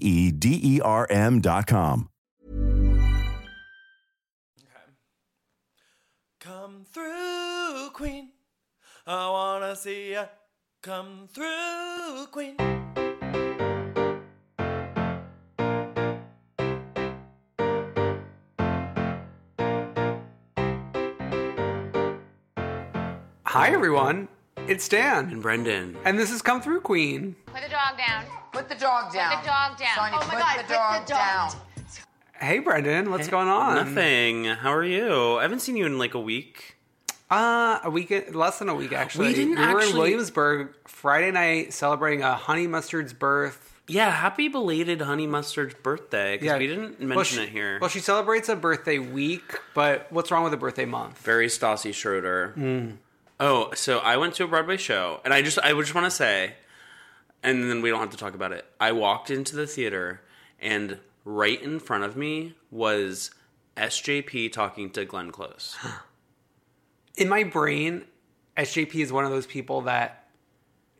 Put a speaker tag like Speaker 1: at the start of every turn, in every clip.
Speaker 1: E D E R M.com.
Speaker 2: Come through, Queen. I wanna see ya. Come through, Queen.
Speaker 3: Hi, everyone. It's Dan.
Speaker 2: And Brendan.
Speaker 3: And this is Come Through Queen.
Speaker 4: Put the dog down.
Speaker 5: Put the dog down.
Speaker 4: Put the dog down.
Speaker 5: Sonia,
Speaker 4: oh my
Speaker 5: put
Speaker 4: God,
Speaker 5: the dog down.
Speaker 3: Hey, Brendan. What's going on?
Speaker 2: Nothing. How are you? I haven't seen you in like a week.
Speaker 3: Uh, a week, less than a week, actually.
Speaker 2: We didn't
Speaker 3: were in
Speaker 2: actually-
Speaker 3: Williamsburg Friday night celebrating a honey mustard's birth.
Speaker 2: Yeah, happy belated Honey Mustard's birthday. Because we didn't mention
Speaker 3: Well, she-
Speaker 2: it here.
Speaker 3: Well, she celebrates a birthday week, but what's wrong with a birthday month?
Speaker 2: Very Stassi Schroeder. Oh, so I went to a Broadway show, and I just I just want to say, and then we don't have to talk about it. I walked into the theater, and right in front of me was SJP talking to Glenn Close.
Speaker 3: in my brain, SJP is one of those people that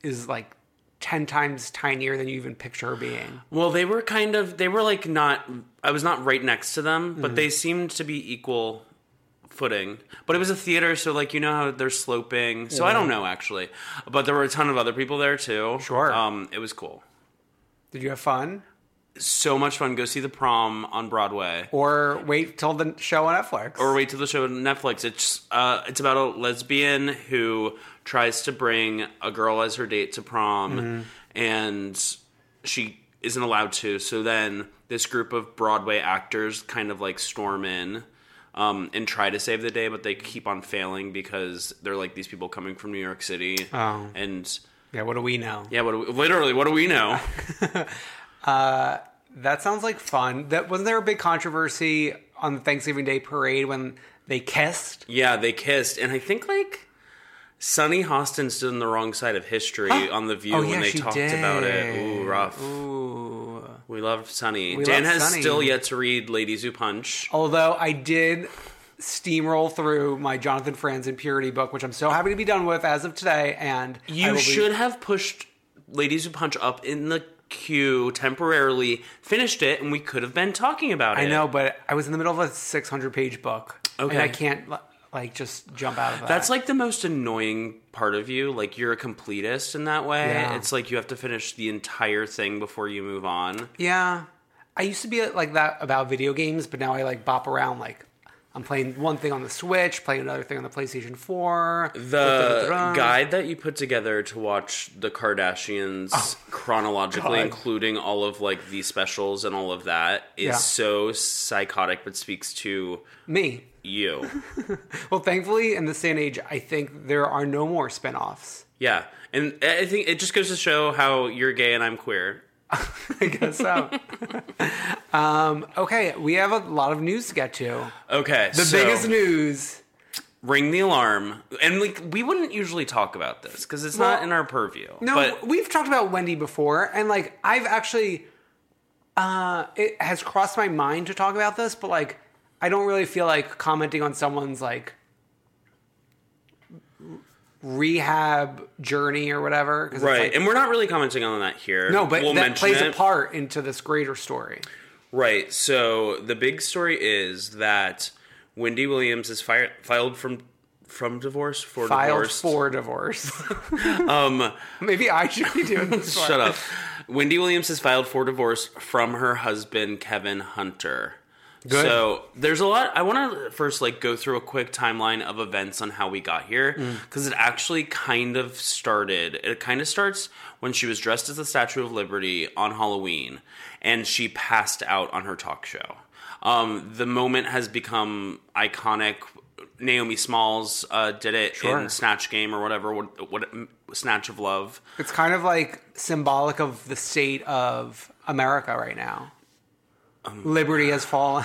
Speaker 3: is like 10 times tinier than you even picture her being.
Speaker 2: Well, they were kind of they were like not I was not right next to them, but they seemed to be equal footing. But it was a theater, so like you know how they're sloping. So I don't know actually, but there were a ton of other people there too.
Speaker 3: Sure.
Speaker 2: um, it was cool.
Speaker 3: Did you have fun?
Speaker 2: So much fun. Go see the prom on Broadway.
Speaker 3: Or wait till the show on Netflix?
Speaker 2: or wait till the show on Netflix. It's uh, it's about a lesbian who tries to bring a girl as her date to prom, and she isn't allowed to. So then this group of Broadway actors kind of like storm in. Um, and try to save the day, but they keep on failing because they're like these people coming from New York City.
Speaker 3: Oh.
Speaker 2: And
Speaker 3: Yeah, what do we know?
Speaker 2: yeah, what do we, literally, what do we know?
Speaker 3: That sounds like fun. That wasn't there a big controversy on the Thanksgiving Day parade when they kissed?
Speaker 2: Yeah, they kissed, and I think like Sonny Hostin stood on the wrong side of history on the View
Speaker 3: Oh, yeah,
Speaker 2: when they
Speaker 3: she
Speaker 2: talked
Speaker 3: did.
Speaker 2: about it. Ooh, rough.
Speaker 3: Ooh.
Speaker 2: We love Sonny.
Speaker 3: We
Speaker 2: Dan
Speaker 3: love
Speaker 2: has
Speaker 3: Sonny. Oh,
Speaker 2: still yet to read Ladies Who Punch.
Speaker 3: Although I did steamroll through my Jonathan Franz Impurity book, which I'm so happy to be done with as of today, and I will
Speaker 2: You
Speaker 3: be-
Speaker 2: should have pushed Ladies Who Punch up in the queue temporarily, finished it, and we could have been talking about it.
Speaker 3: I know, but I was in the middle of a 600 page book.
Speaker 2: Okay.
Speaker 3: And I can't, li- like, just jump out of that.
Speaker 2: That's like the most annoying part of you. Like you're a completist in that way.
Speaker 3: Yeah.
Speaker 2: It's like you have to finish the entire thing before you move on.
Speaker 3: Yeah. I used to be like that about video games, but now I, like, bop around, like, I'm playing one thing on the Switch, playing another thing on the PlayStation 4.
Speaker 2: The guide that you put together to watch the Kardashians chronologically,
Speaker 3: Oh, God.
Speaker 2: including all of like the specials and all of that, is
Speaker 3: Yeah.
Speaker 2: so psychotic, but speaks to
Speaker 3: Me.
Speaker 2: you.
Speaker 3: Well, thankfully, in this day and age, I think there are no more spinoffs.
Speaker 2: yeah, and I I think it just goes to show how you're gay and I'm queer.
Speaker 3: I guess so. um, okay, we have a lot of news to get to.
Speaker 2: Okay,
Speaker 3: The biggest news.
Speaker 2: Ring the alarm, and like we wouldn't usually talk about this because it's not
Speaker 3: Well,
Speaker 2: in our purview.
Speaker 3: No,
Speaker 2: but
Speaker 3: we've talked about Wendy before, and like I've actually, uh, it has crossed my mind to talk about this, but like I don't really feel like commenting on someone's like rehab journey or whatever. 'cause it's
Speaker 2: right,
Speaker 3: like-
Speaker 2: and we're not really commenting on that here.
Speaker 3: no, but
Speaker 2: we'll
Speaker 3: that
Speaker 2: mention
Speaker 3: plays a
Speaker 2: it.
Speaker 3: part into this greater story.
Speaker 2: Right. So the big story is that Wendy Williams is fired, filed from from divorce for
Speaker 3: Filed
Speaker 2: divorce.
Speaker 3: for divorce. maybe I should be doing this. part.
Speaker 2: Shut up. Wendy Williams has filed for divorce from her husband Kevin Hunter.
Speaker 3: Good.
Speaker 2: So there's a lot. I want to first like go through a quick timeline of events on how we got here because it actually kind of started. It kind of starts when she was dressed as the Statue of Liberty on Halloween and she passed out on her talk show. Um, the moment has become iconic. Naomi Smalls uh, did it in Snatch Game or whatever, what, what Snatch of Love.
Speaker 3: It's kind of like symbolic of the state of America right now.
Speaker 2: Um,
Speaker 3: Liberty has fallen.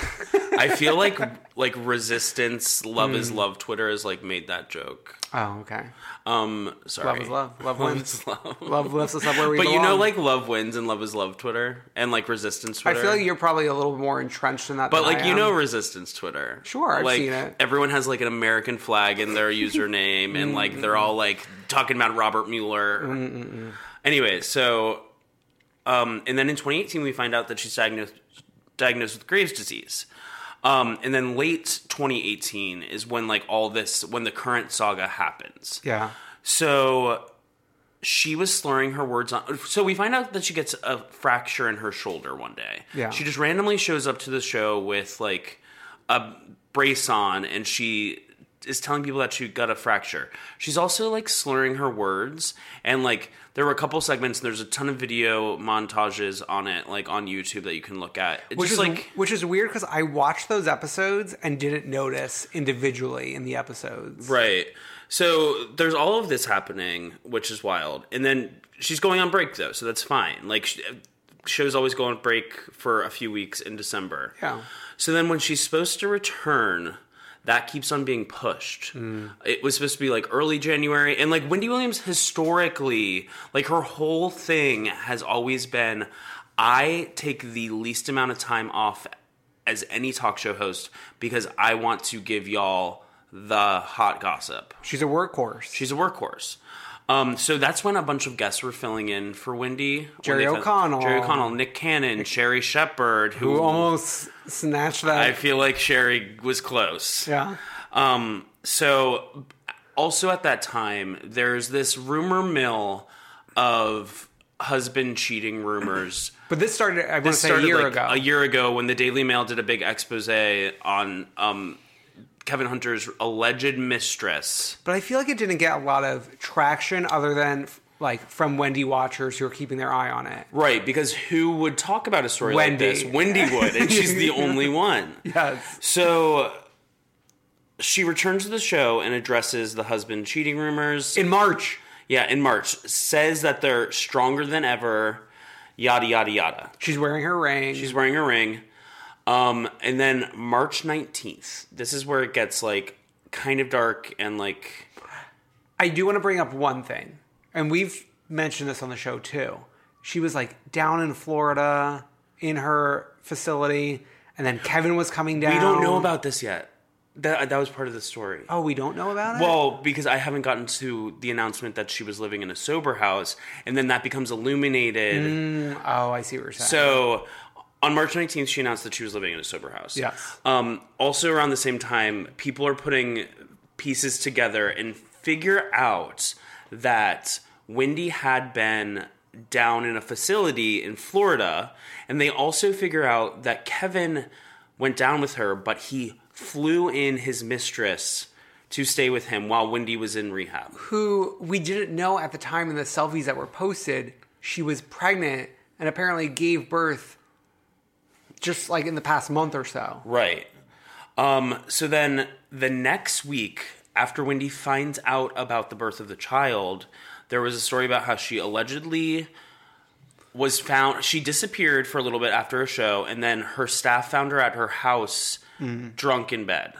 Speaker 2: I feel like like resistance, love is
Speaker 3: Hmm.
Speaker 2: love. Twitter has like made that joke.
Speaker 3: oh, okay.
Speaker 2: Um, sorry,
Speaker 3: Love is love. Love wins.
Speaker 2: is love.
Speaker 3: Love lifts us up where we
Speaker 2: but you know,
Speaker 3: belong.
Speaker 2: like love wins and love is love. Twitter and like resistance.
Speaker 3: I
Speaker 2: Twitter.
Speaker 3: feel like you're probably a little more entrenched in that.
Speaker 2: But
Speaker 3: than
Speaker 2: like
Speaker 3: I
Speaker 2: you
Speaker 3: am.
Speaker 2: know, resistance Twitter.
Speaker 3: Sure, I've
Speaker 2: like,
Speaker 3: seen it.
Speaker 2: Everyone has like an American flag in their username, and like they're all like talking about Robert Mueller. Anyway, so um, and then in 2018 we find out that she's diagnosed diagnosed with Graves' disease. Um, and then late 2018 is when like all this when the current saga happens.
Speaker 3: yeah,
Speaker 2: So she was slurring her words on. So we find out that she gets a fracture in her shoulder one day.
Speaker 3: Yeah.
Speaker 2: She just randomly shows up to the show with like a brace on and she is telling people that she got a fracture. She's also like slurring her words and like there were a couple segments and there's a ton of video montages on it like on YouTube that you can look at. It's
Speaker 3: which
Speaker 2: just
Speaker 3: is
Speaker 2: like
Speaker 3: which is weird because I watched those episodes and didn't notice individually in the episodes.
Speaker 2: Right. So there's all of this happening, which is wild. And then she's going on break though, so that's fine. Like sh- shows always go on break for a few weeks in December.
Speaker 3: Yeah.
Speaker 2: So then when she's supposed to return, that keeps on being pushed. It was supposed to be like early January and like Wendy Williams historically, like her whole thing has always been I take the least amount of time off as any talk show host because I want to give y'all the hot gossip.
Speaker 3: She's a workhorse.
Speaker 2: She's a workhorse. Um, so that's when a bunch of guests were filling in for Wendy. When
Speaker 3: Jerry
Speaker 2: they found-
Speaker 3: O'Connell.
Speaker 2: Jerry O'Connell, Nick Cannon, Sherry Shepard, who,
Speaker 3: who almost snatched that.
Speaker 2: I feel like Sherry was close.
Speaker 3: yeah.
Speaker 2: Um, so also at that time, there's this rumor mill of husband cheating rumors.
Speaker 3: But this started. I want to
Speaker 2: This
Speaker 3: say a year
Speaker 2: like,
Speaker 3: ago.
Speaker 2: A year ago, when the Daily Mail did a big expose on um, Kevin Hunter's alleged mistress.
Speaker 3: but I feel like it didn't get a lot of traction other than like from Wendy watchers who are keeping their eye on it.
Speaker 2: Right, because who would talk about a story like
Speaker 3: Wendy.
Speaker 2: this? Wendy would, and she's the only one.
Speaker 3: Yes.
Speaker 2: So she returns to the show and addresses the husband cheating rumors.
Speaker 3: In March,
Speaker 2: yeah, in March, says that they're stronger than ever. Yada yada yada.
Speaker 3: she's wearing her ring.
Speaker 2: She's wearing a ring. Um, and then March 19th, this is where it gets like kind of dark and like
Speaker 3: I do want to bring up one thing, and we've mentioned this on the show too. She was like down in Florida in her facility, and then Kevin was coming down.
Speaker 2: we don't know about this yet. That that was part of the story.
Speaker 3: Oh, we don't know about it.
Speaker 2: Well, because I haven't gotten to the announcement that she was living in a sober house, and then that becomes illuminated.
Speaker 3: oh, I see what you're saying.
Speaker 2: So on March 19th, she announced that she was living in a sober house.
Speaker 3: Yes.
Speaker 2: Um, also around the same time, people are putting pieces together and figure out that Wendy had been down in a facility in Florida, and they also figure out that Kevin went down with her, but he flew in his mistress to stay with him while Wendy was in rehab.
Speaker 3: who we didn't know at the time in the selfies that were posted, she was pregnant and apparently gave birth just like in the past month or so.
Speaker 2: Right. Um, so then the next week, after Wendy finds out about the birth of the child, there was a story about how she allegedly was found. She disappeared for a little bit after a show, and then her staff found her at her house drunk in bed.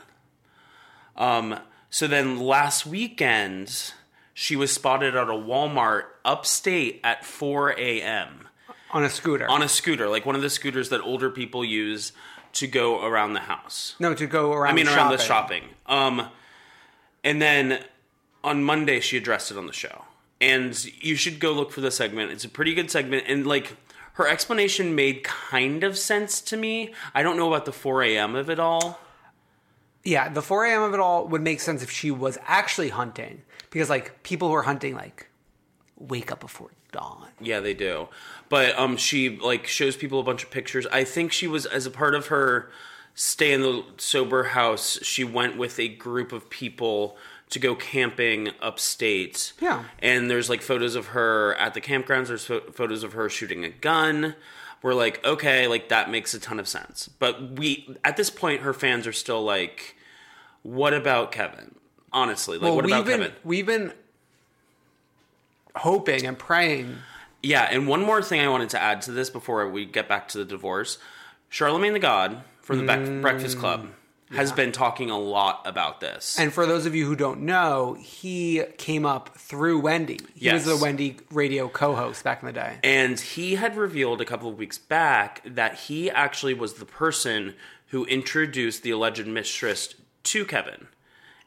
Speaker 2: Um, so then last weekend, she was spotted at a Walmart upstate at 4 a.m
Speaker 3: On a scooter.
Speaker 2: on a scooter, like one of the scooters that older people use to go around the house.
Speaker 3: no, to go around
Speaker 2: I mean, around the shopping. Um, and then on Monday, she addressed it on the show. And you should go look for the segment. It's a pretty good segment. And like her explanation made kind of sense to me. I don't know about the 4 a.m. of it all.
Speaker 3: Yeah, the 4 a.m. of it all would make sense if she was actually hunting because like people who are hunting like wake up before dawn.
Speaker 2: Yeah, they do. But um she like shows people a bunch of pictures. I think she was as a part of her stay in the sober house, she went with a group of people to go camping upstate.
Speaker 3: Yeah.
Speaker 2: And there's like photos of her at the campgrounds, there's pho- photos of her shooting a gun. We're like, okay, like that makes a ton of sense. But we at this point her fans are still like what about Kevin? Honestly, like what
Speaker 3: we've
Speaker 2: about
Speaker 3: been
Speaker 2: Kevin?
Speaker 3: we've been hoping and praying.
Speaker 2: Yeah, and one more thing I wanted to add to this before we get back to the divorce. Charlemagne the God from the Bec- Breakfast Club has been talking a lot about this.
Speaker 3: And for those of you who don't know, he came up through Wendy. He
Speaker 2: Yes.
Speaker 3: was the Wendy radio co-host back in the day.
Speaker 2: and he had revealed a couple of weeks back that he actually was the person who introduced the alleged mistress to Kevin.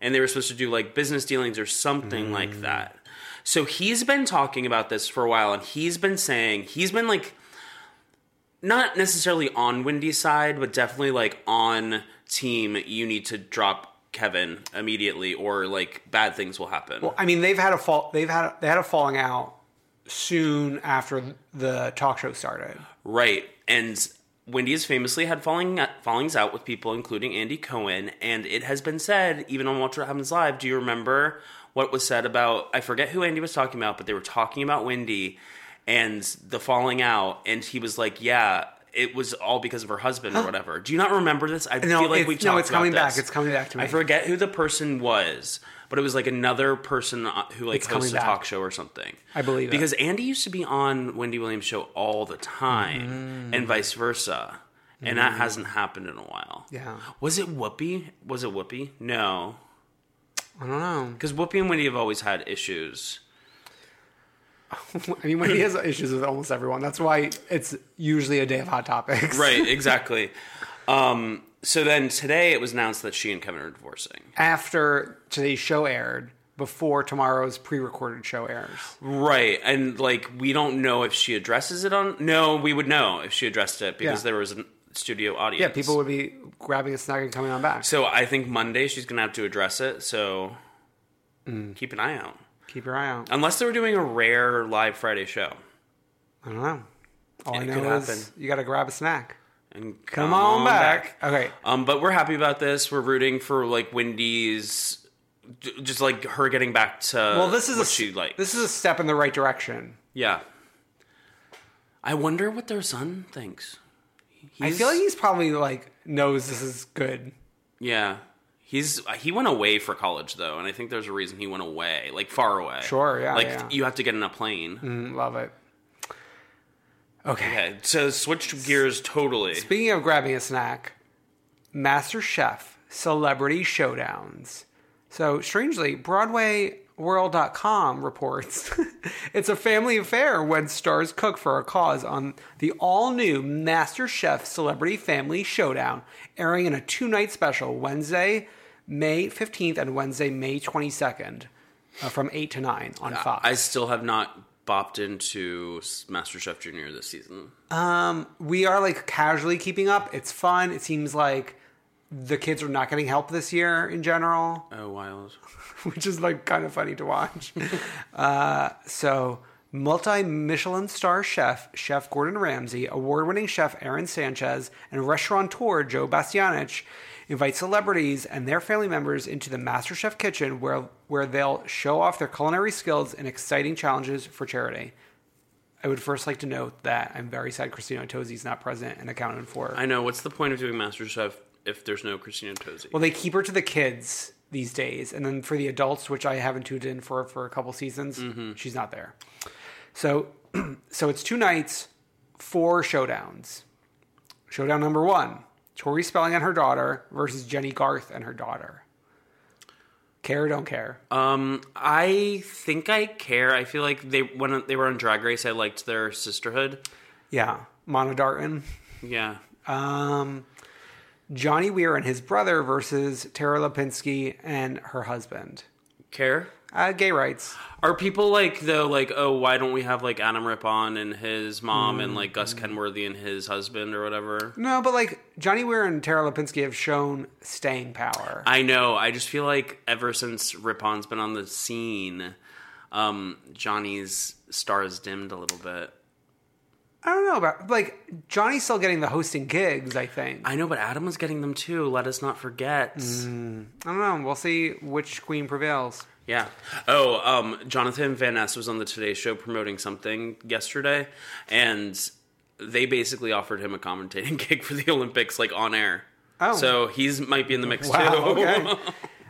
Speaker 2: And they were supposed to do like business dealings or something like that. So he's been talking about this for a while and he's been saying, he's been like, not necessarily on Wendy's side, but definitely like on team, you need to drop Kevin immediately or like bad things will happen.
Speaker 3: I mean, they've had a fall. They've had they had a falling out soon after the talk show started.
Speaker 2: Right. And Wendy has famously had falling fallings out with people, including Andy Cohen. And it has been said, even on Watch What Happens Live, do you remember what was said about, I forget who Andy was talking about, but they were talking about Wendy and the falling out. And he was like, yeah. It was all because of her husband or whatever. Do you not remember this? I
Speaker 3: No,
Speaker 2: feel like
Speaker 3: it's-
Speaker 2: we've talked
Speaker 3: no,
Speaker 2: about
Speaker 3: it's coming back.
Speaker 2: this.
Speaker 3: It's coming back to me.
Speaker 2: I forget who the person was, but it was like another person uh, who like
Speaker 3: It's coming
Speaker 2: hosts a
Speaker 3: back.
Speaker 2: talk show or something.
Speaker 3: I believe it.
Speaker 2: because Andy used to be on Wendy Williams' show all the time,
Speaker 3: Mm.
Speaker 2: and vice versa. And that hasn't happened in a while.
Speaker 3: Yeah.
Speaker 2: Was it Whoopi? Was it Whoopi? No.
Speaker 3: I don't know.
Speaker 2: Because Whoopi and Wendy have always had issues.
Speaker 3: I mean, Wendy has issues with almost everyone. That's why it's usually a day of hot topics.
Speaker 2: Right, exactly. um, so then today it was announced that she and Kevin are divorcing.
Speaker 3: After today's show aired, before tomorrow's pre-recorded show airs.
Speaker 2: Right. And like we don't know if she addresses it on No, we would know if she addressed it because
Speaker 3: Yeah.
Speaker 2: there was a studio audience.
Speaker 3: Yeah, people would be grabbing a snug and coming on back.
Speaker 2: So I think Monday she's going to have to address it. So
Speaker 3: Mm.
Speaker 2: keep an eye out.
Speaker 3: Keep your eye out.
Speaker 2: Unless they were doing a rare live Friday show.
Speaker 3: I don't know. All I
Speaker 2: It
Speaker 3: know
Speaker 2: could
Speaker 3: is
Speaker 2: happen.
Speaker 3: you got to grab a snack.
Speaker 2: And
Speaker 3: Come on back. Okay.
Speaker 2: Um but we're happy about this. We're rooting for like Wendy's j- just like her getting back to
Speaker 3: Well, this is
Speaker 2: uh, what
Speaker 3: a
Speaker 2: she like.
Speaker 3: this is a step in the right direction.
Speaker 2: yeah. I wonder what their son thinks.
Speaker 3: I feel like he's probably like knows this is good.
Speaker 2: Yeah. He's he went away for college though, and I think there's a reason he went away, like far away.
Speaker 3: Sure, yeah,
Speaker 2: Like
Speaker 3: yeah.
Speaker 2: you have to get in a plane.
Speaker 3: Love it. Okay.
Speaker 2: Okay, so switch gears totally.
Speaker 3: Speaking of grabbing a snack, Master Chef Celebrity Showdowns. So, strangely, BroadwayWorld.com reports it's a family affair when stars cook for a cause on the all new Master Chef Celebrity Family Showdown, airing in a two night special Wednesday, May 15th and Wednesday, May 22nd uh, from 8 to 9 on Fox.
Speaker 2: I still have not bopped into MasterChef Junior this season.
Speaker 3: we are like casually keeping up. It's fun. It seems like the kids are not getting help this year in general,
Speaker 2: Oh, wild.
Speaker 3: which is like kind of funny to watch. uh, so multi Michelin star chef, Chef Gordon Ramsay, award winning chef Aaron Sanchez, and restaurateur Joe Bastianich invite celebrities and their family members into the MasterChef kitchen where, where they'll show off their culinary skills and exciting challenges for charity. I would first like to note that I'm very sad Christina Tozzi's not present and accounted for.
Speaker 2: I know. What's the point of doing MasterChef if there's no Christina Tozzi?
Speaker 3: Well, they keep her to the kids these days, and then for the adults, which I haven't tuned in for for a couple seasons, she's not there. So, so it's two nights, four showdowns. Showdown number one: Tori Spelling and her daughter versus Jenny Garth and her daughter. Care or don't care?
Speaker 2: Um, I think I care. I feel like they when they were on Drag Race, I liked their sisterhood.
Speaker 3: yeah, Mona Darton,
Speaker 2: Yeah,
Speaker 3: um, Johnny Weir and his brother versus Tara Lipinski and her husband.
Speaker 2: care.
Speaker 3: Uh, gay rights.
Speaker 2: Are people like though like oh why don't we have like Adam Rippon and his mom and like Gus Kenworthy and his husband or whatever?
Speaker 3: No, but like Johnny Weir and Tara Lipinski have shown staying power.
Speaker 2: I know. I just feel like ever since Rippon's been on the scene, um, Johnny's star has dimmed a little bit.
Speaker 3: I don't know about like Johnny's still getting the hosting gigs. I think I
Speaker 2: I know, but Adam was getting them too. Let us not forget.
Speaker 3: Mm-hmm. don't know. We'll see which queen prevails.
Speaker 2: Yeah. Oh, um, Jonathan Van Ness was on the Today Show promoting something yesterday, and they basically offered him a commentating gig for the Olympics, like on air.
Speaker 3: Oh.
Speaker 2: So he's might be in the mix
Speaker 3: Wow.
Speaker 2: too.
Speaker 3: Okay.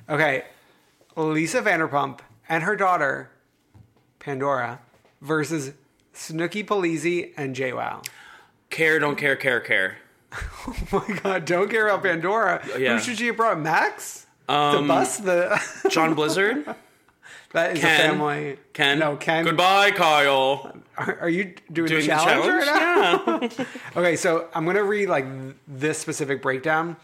Speaker 3: okay. Lisa Vanderpump and her daughter Pandora versus Snooki Polizzi and Jay Wow.
Speaker 2: care, don't care, care, care.
Speaker 3: Oh my God! Don't care about Pandora.
Speaker 2: Uh, Yeah. Um,
Speaker 3: Who should she have brought? Max. the bus. The
Speaker 2: John Blizzard,
Speaker 3: that is
Speaker 2: Ken.
Speaker 3: a family.
Speaker 2: Ken.
Speaker 3: No, Ken.
Speaker 2: Goodbye, Kyle.
Speaker 3: Are, are you doing,
Speaker 2: Doing
Speaker 3: the
Speaker 2: the
Speaker 3: challenge?
Speaker 2: challenge?
Speaker 3: right now? Okay, so I'm gonna read like th- this specific breakdown.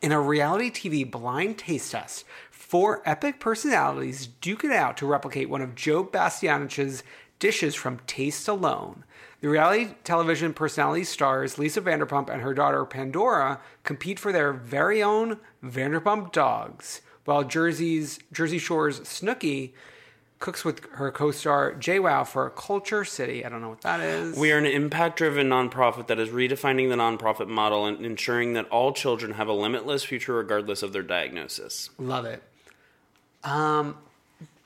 Speaker 3: In a reality TV blind taste test, four epic personalities duke it out to replicate one of Joe Bastianich's dishes from Taste Alone. The reality television personality stars Lisa Vanderpump and her daughter Pandora compete for their very own Vanderpump dogs, while Jersey's Jersey Shore's Snooki cooks with her co-star Jay Wow for Culture City. I don't know what that is.
Speaker 2: We are an impact driven nonprofit that is redefining the nonprofit model and ensuring that all children have a limitless future regardless of their diagnosis.
Speaker 3: Love it. Um,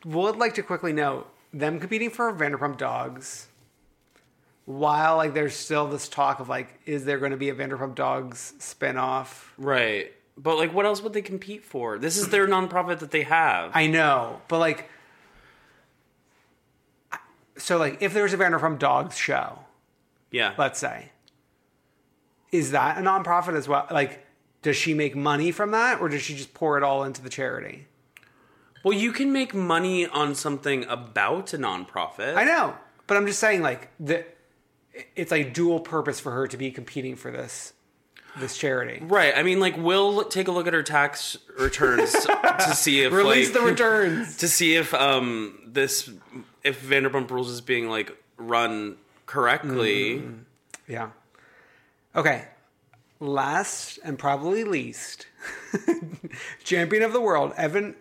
Speaker 3: would like to quickly note them competing for Vanderpump Dogs. While like there's still this talk of like, is there going to be a Vanderpump Dogs spinoff?
Speaker 2: Right. But like what else would they compete for? This is their nonprofit that they have.
Speaker 3: I know, but like, I- so like if there's a Vanderpump Dogs show,
Speaker 2: yeah.
Speaker 3: let's say, is that a nonprofit as well? Like, does she make money from that, or does she just pour it all into the charity?
Speaker 2: well, you can make money on something about a nonprofit.
Speaker 3: I know, but I'm just saying, like the, it's like dual purpose for her to be competing for this, this charity.
Speaker 2: Right. I mean, like we'll take a look at her tax returns to see if
Speaker 3: Release
Speaker 2: like,
Speaker 3: the returns.
Speaker 2: to see if um this if Vanderpump Rules is being like run
Speaker 3: Mm-hmm.
Speaker 2: correctly.
Speaker 3: yeah. Okay. Last and probably least, champion of the world, Evan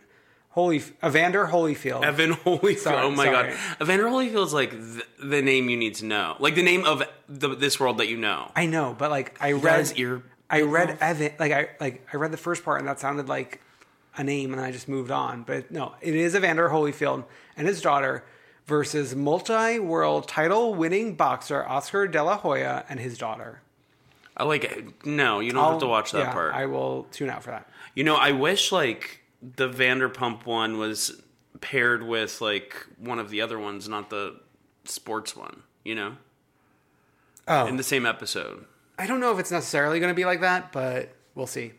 Speaker 3: Holy Evander Holyfield.
Speaker 2: Evan Holyfield.
Speaker 3: Sorry,
Speaker 2: oh my
Speaker 3: sorry.
Speaker 2: god, Evander Holyfield's like the, the name you need to know, like the name of the, this world that you know.
Speaker 3: I know, but like I
Speaker 2: got
Speaker 3: read
Speaker 2: his ear
Speaker 3: I read Evan like I like I read the first part and that sounded like a name and I just moved on. But no, it is Evander Holyfield and his daughter versus multi-world title winning boxer Oscar De La Hoya and his daughter.
Speaker 2: I like no, you don't have to watch that
Speaker 3: Yeah,
Speaker 2: part.
Speaker 3: I will tune out for that.
Speaker 2: you know, I wish like the Vanderpump one was paired with like one of the other ones, not the sports one. You know,
Speaker 3: Oh.
Speaker 2: in the same episode.
Speaker 3: I don't know if it's necessarily going to be like that, but we'll see.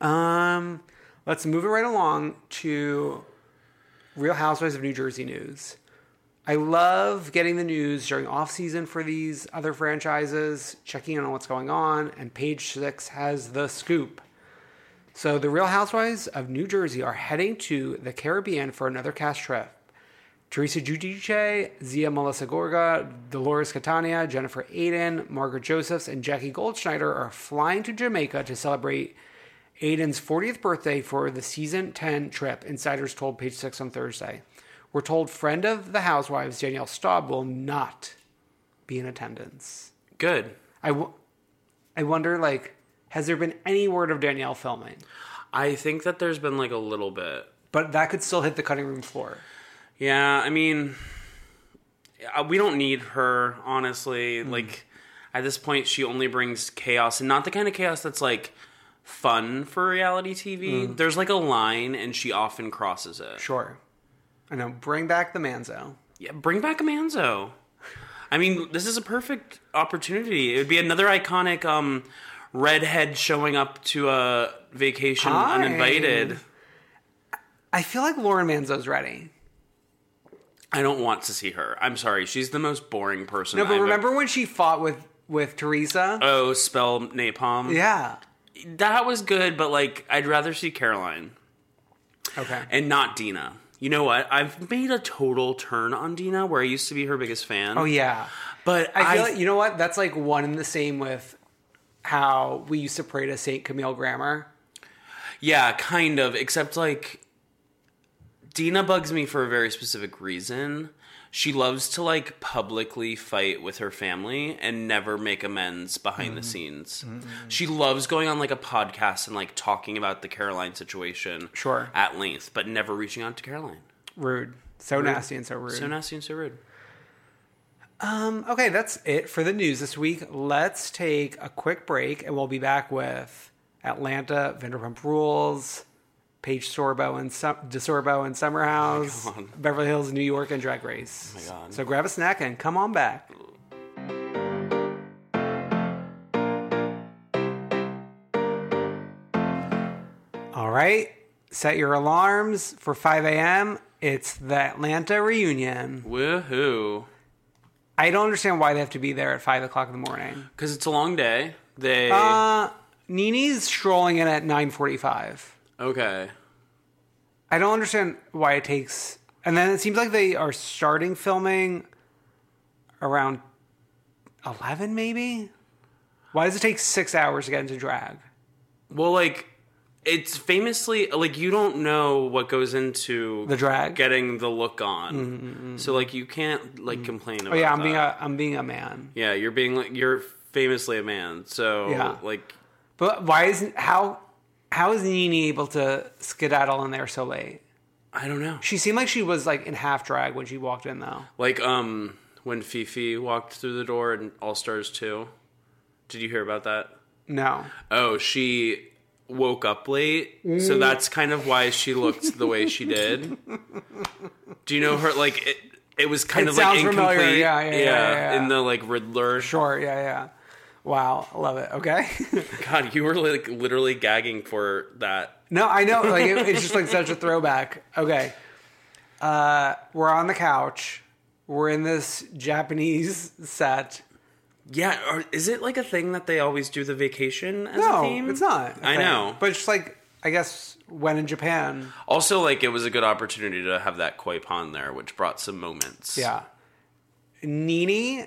Speaker 3: Um, let's move it right along to Real Housewives of New Jersey news. I love getting the news during off season for these other franchises, checking in on what's going on, and Page Six has the scoop. So the Real Housewives of New Jersey are heading to the Caribbean for another cast trip. Teresa Giudice, Zia Melissa Gorga, Dolores Catania, Jennifer Aiden, Margaret Josephs, and Jackie Goldschneider are flying to Jamaica to celebrate Aiden's 40th birthday for the season 10 trip, insiders told Page Six on Thursday. We're told friend of the housewives, Danielle Staub, will not be in attendance.
Speaker 2: Good.
Speaker 3: I, w- I wonder, like, has there been any word of Danielle filming?
Speaker 2: I think that there's been like a little bit.
Speaker 3: But that could still hit the cutting room floor.
Speaker 2: Yeah, I mean, uh, we don't need her, honestly.
Speaker 3: Hmm.
Speaker 2: Like, at this point, she only brings chaos, and not the kind of chaos that's like fun for reality TV. There's like a line, and she often crosses it.
Speaker 3: Hmm. Sure. I know. Bring back the Manzo.
Speaker 2: Yeah, bring back Manzo. I mean, this is a perfect opportunity. It would be another iconic um, redhead showing up to a vacation
Speaker 3: Hi.
Speaker 2: uninvited.
Speaker 3: I feel like Lauren Manzo's ready.
Speaker 2: I don't want to see her. I'm sorry. She's the most boring person.
Speaker 3: No, but
Speaker 2: I've-
Speaker 3: remember when she fought with with Teresa?
Speaker 2: Oh, spell napalm.
Speaker 3: yeah.
Speaker 2: that was good, but like I'd rather see Caroline
Speaker 3: Okay.
Speaker 2: and not Dina. You know what? I've made a total turn on Dina, where I used to be her biggest fan.
Speaker 3: oh yeah.
Speaker 2: but
Speaker 3: I feel like you know what? That's like one and the same with how we used to pray to Saint Camille Grammar.
Speaker 2: yeah, kind of. Except like Dina bugs me for a very specific reason. She loves to like publicly fight with her family and never make amends behind
Speaker 3: Mm-hmm.
Speaker 2: the scenes. She loves going on like a podcast and like talking about the Caroline situation,
Speaker 3: Sure.
Speaker 2: at length, but never reaching out to Caroline.
Speaker 3: Rude. So nasty and so rude.
Speaker 2: So nasty and so rude.
Speaker 3: um, okay, that's it for the news this week. Let's take a quick break and we'll be back with Atlanta, Vanderpump Rules, Paige Sorbo and Sum- DeSorbo and Summerhouse, Beverly Hills, New York, and Drag Race. Oh my God. So grab a snack and come on back. All right. Set your alarms for 5 a.m. It's the Atlanta reunion.
Speaker 2: Woohoo!
Speaker 3: I don't understand why they have to be there at 5 o'clock in the morning.
Speaker 2: Because it's a long day. They
Speaker 3: Uh, Nini's strolling in at 9.45.
Speaker 2: okay.
Speaker 3: I don't understand why it takes... And then it seems like they are starting filming around 11, maybe? Why does it take six hours to get into drag?
Speaker 2: Well, like it's famously like you don't know what goes into
Speaker 3: The drag? Mm,
Speaker 2: getting the look on. So like you can't like complain about.
Speaker 3: Oh, yeah, I'm
Speaker 2: that.
Speaker 3: being a, I'm being a man.
Speaker 2: yeah, you're being like you're famously a man. So
Speaker 3: Yeah.
Speaker 2: like
Speaker 3: But why isn't how how is Nini able to skedaddle in there so late?
Speaker 2: I don't know.
Speaker 3: She seemed like she was like in half drag when she walked in though.
Speaker 2: Like um when Fifi walked through the door in All Stars two. Did you hear about that?
Speaker 3: No.
Speaker 2: Oh, she woke up late,
Speaker 3: Mm.
Speaker 2: so that's kind of why she looked the way she did. Do you know her? Like it, it was kind
Speaker 3: It
Speaker 2: of like
Speaker 3: sounds familiar.
Speaker 2: incomplete.
Speaker 3: Yeah, yeah, yeah, yeah, yeah.
Speaker 2: In the like Riddler.
Speaker 3: Sure, yeah, yeah. Wow, love it. Okay.
Speaker 2: God, you were like literally gagging for that.
Speaker 3: no, I know like it- it's just like such a throwback. Okay. Uh we're on the couch. We're in this Japanese set.
Speaker 2: Yeah, or is it like a thing that they always do the vacation as a
Speaker 3: No,
Speaker 2: theme?
Speaker 3: it's not. a
Speaker 2: I
Speaker 3: thing.
Speaker 2: know,
Speaker 3: But it's just like I guess when in Japan.
Speaker 2: also like it was a good opportunity to have that koi pond there, which brought some moments.
Speaker 3: Yeah. Nini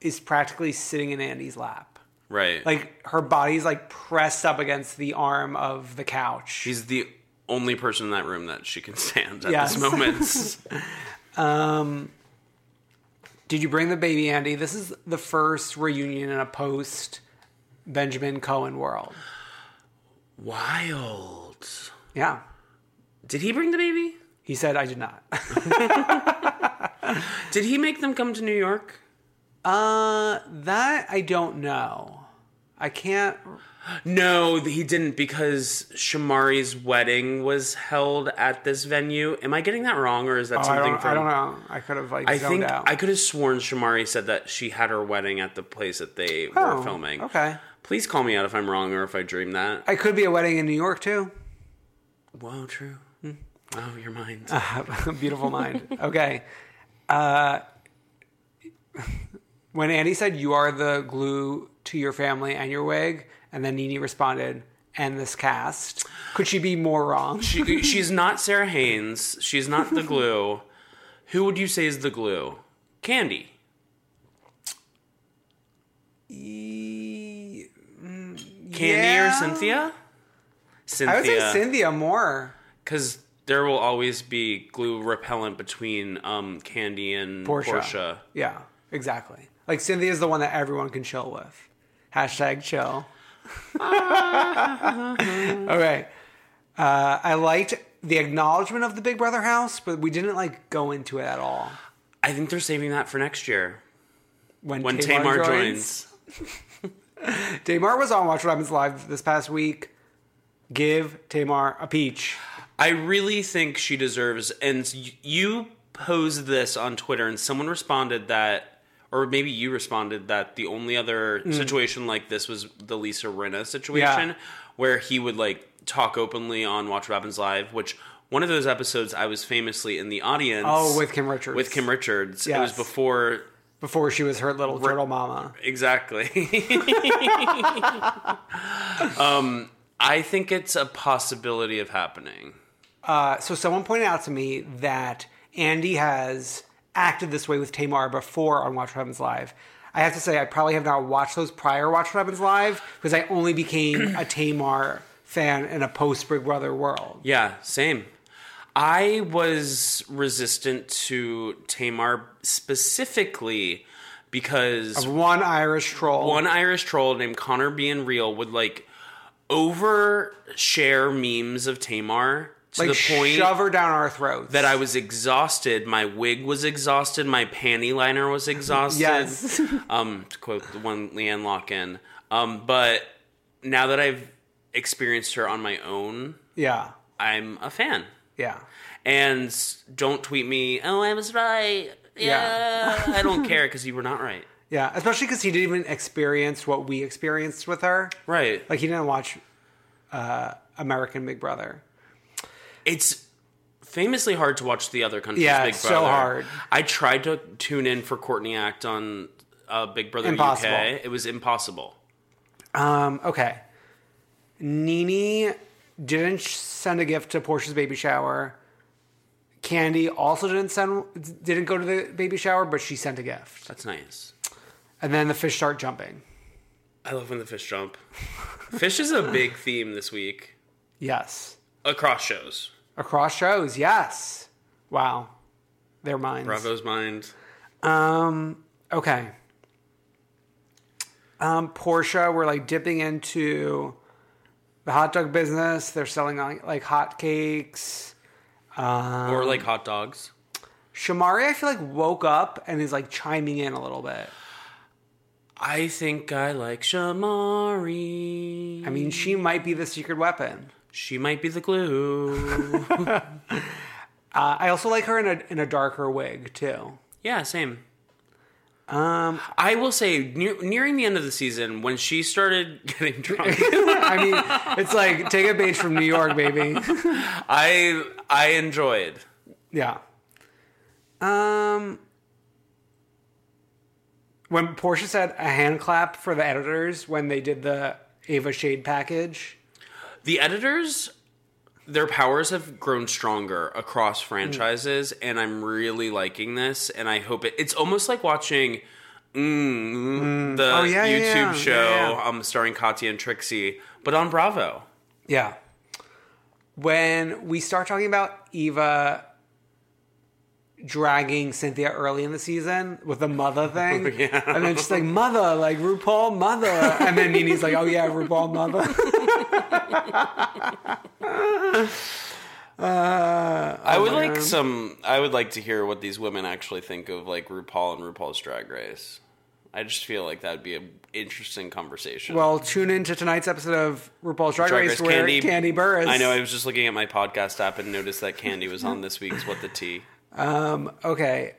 Speaker 3: is practically sitting in Andy's lap.
Speaker 2: right.
Speaker 3: Like her body's like pressed up against the arm of the couch.
Speaker 2: he's the only person in that room that she can stand at
Speaker 3: Yes.
Speaker 2: this moment.
Speaker 3: Did you bring the baby Andy? This is the first reunion in a post Benjamin Cohen world.
Speaker 2: Wild.
Speaker 3: Yeah.
Speaker 2: Did he bring the baby?
Speaker 3: He said I did not.
Speaker 2: Did he make them come to New York?
Speaker 3: uh that I don't know. I can't
Speaker 2: No, he didn't because Shamari's wedding was held at this venue. Am I getting that wrong or is
Speaker 3: Oh,
Speaker 2: that
Speaker 3: I
Speaker 2: something
Speaker 3: don't,
Speaker 2: from
Speaker 3: I don't know. I could have like
Speaker 2: I
Speaker 3: zoned
Speaker 2: think
Speaker 3: out.
Speaker 2: I could have sworn Shamari said that she had her wedding at the place that they
Speaker 3: Oh,
Speaker 2: were filming.
Speaker 3: Okay.
Speaker 2: Please call me out if I'm wrong or if I dream that.
Speaker 3: I could be a wedding in New York too.
Speaker 2: Whoa, true.
Speaker 3: Hmm.
Speaker 2: Oh, your mind.
Speaker 3: Beautiful mind. Okay. Uh, when Andy said, You are the glue to your family and your wig, and then Nini responded, And this cast, could she be more wrong?
Speaker 2: She- she's not Sarah Haynes. She's not the glue. Who would you say is the glue? Candy. Candy or
Speaker 3: yeah.
Speaker 2: Cynthia? Cynthia. uh,
Speaker 3: I would say Cynthia more.
Speaker 2: Because there will always be glue repellent between um, Candy and
Speaker 3: Portia.
Speaker 2: Portia.
Speaker 3: Yeah, exactly. Like Cynthia's the one that everyone can chill with. Hashtag chill. All right. Uh, I liked the acknowledgement of the Big Brother house, but we didn't like go into it at all.
Speaker 2: I think they're saving that for next year when
Speaker 3: Tamar
Speaker 2: Tamar, joins.
Speaker 3: Tamar was on Watch What Happens Live this past week. Give Tamar a peach.
Speaker 2: I really think she deserves. And y- you posed this on Twitter, and someone responded that, or maybe you responded that the only other situation like this was the Lisa Rinna situation,
Speaker 3: Hmm. Yeah.
Speaker 2: where he would like talk openly on Watch What Happens Live, which. One of those episodes, I was famously in the audience.
Speaker 3: Oh, with Kim Richards.
Speaker 2: With Kim Richards, it was
Speaker 3: Yes.
Speaker 2: before
Speaker 3: Before she was her little turtle mama.
Speaker 2: Exactly. um, I think it's a possibility of happening.
Speaker 3: Uh, so someone pointed out to me that Andy has acted this way with Tamar before on Watch What Happens Live. I have to say, I probably have not watched those prior Watch What Happens Live because I only became a Tamar fan in a post Big Brother world.
Speaker 2: Yeah, same. I was resistant to Tamar specifically because
Speaker 3: One Irish troll.
Speaker 2: one Irish troll named Connor being real would like overshare memes of Tamar to
Speaker 3: like
Speaker 2: the point
Speaker 3: shove her down our throats.
Speaker 2: that I was exhausted. My wig was exhausted. My panty liner was exhausted.
Speaker 3: Yes.
Speaker 2: um, to quote the one Leanne Locken. Um, but now that I've experienced her on my own,
Speaker 3: yeah,
Speaker 2: I'm a fan.
Speaker 3: yeah.
Speaker 2: And don't tweet me, oh, I was right. Yeah. I don't care because you were not right.
Speaker 3: Yeah, especially because he didn't even experience what we experienced with her.
Speaker 2: Right.
Speaker 3: Like, he didn't watch uh, American Big Brother.
Speaker 2: it's famously hard to watch the other countries.
Speaker 3: Yeah,
Speaker 2: Big
Speaker 3: it's so
Speaker 2: Brother.
Speaker 3: hard.
Speaker 2: I tried to tune in for Courtney Act on uh, Big Brother
Speaker 3: Impossible.
Speaker 2: UK. It was impossible.
Speaker 3: Um, okay. Nini didn't sh- send a gift to Portia's baby shower. Candy also didn't send didn't go to the baby shower, but she sent a gift.
Speaker 2: That's nice.
Speaker 3: And then the fish start jumping.
Speaker 2: I love when the fish jump. fish is a big theme this week
Speaker 3: Yes.
Speaker 2: across shows.
Speaker 3: Across shows, yes. Wow. Their minds.
Speaker 2: Bravo's mind.
Speaker 3: Um okay. Um Portia, we're like dipping into the hot dog business. They're selling like, like hot cakes.
Speaker 2: or
Speaker 3: Um.
Speaker 2: like hot dogs.
Speaker 3: Shamari, I feel like woke up and is like chiming in a little bit.
Speaker 2: I think I like Shamari.
Speaker 3: I mean, she might be the secret weapon.
Speaker 2: She might be the glue.
Speaker 3: Uh, I also like her in a in a darker wig too.
Speaker 2: yeah, same. Um, I will say near, nearing the end of the season when she started getting drunk,
Speaker 3: I mean, it's like take a page from New York, baby.
Speaker 2: I I enjoyed.
Speaker 3: yeah. Um. When Portia said a hand clap for the editors when they did the Ava Shade package,
Speaker 2: The editors, their powers have grown stronger
Speaker 3: Mm.
Speaker 2: across franchises, and I'm really liking this. And I hope it. It's almost like watching mm, the
Speaker 3: Oh, yeah, yeah,
Speaker 2: YouTube
Speaker 3: yeah.
Speaker 2: show
Speaker 3: Yeah, yeah.
Speaker 2: Um, starring Katya and Trixie, but on Bravo.
Speaker 3: Yeah. When we start talking about Eva dragging Cynthia early in the season with the mother thing, and then she's like, "Mother, like RuPaul, mother," and then Nini's like, "Oh yeah, RuPaul, mother." Uh,
Speaker 2: I would like some. I would like to hear what these women actually think of like RuPaul and RuPaul's Drag Race. I just feel like that'd be an interesting conversation.
Speaker 3: well, tune in to tonight's episode of RuPaul's Drag, Race, where Candy, Burris.
Speaker 2: I know. I was just looking at my podcast app and noticed that Candy was on this week's What the Tea.
Speaker 3: okay,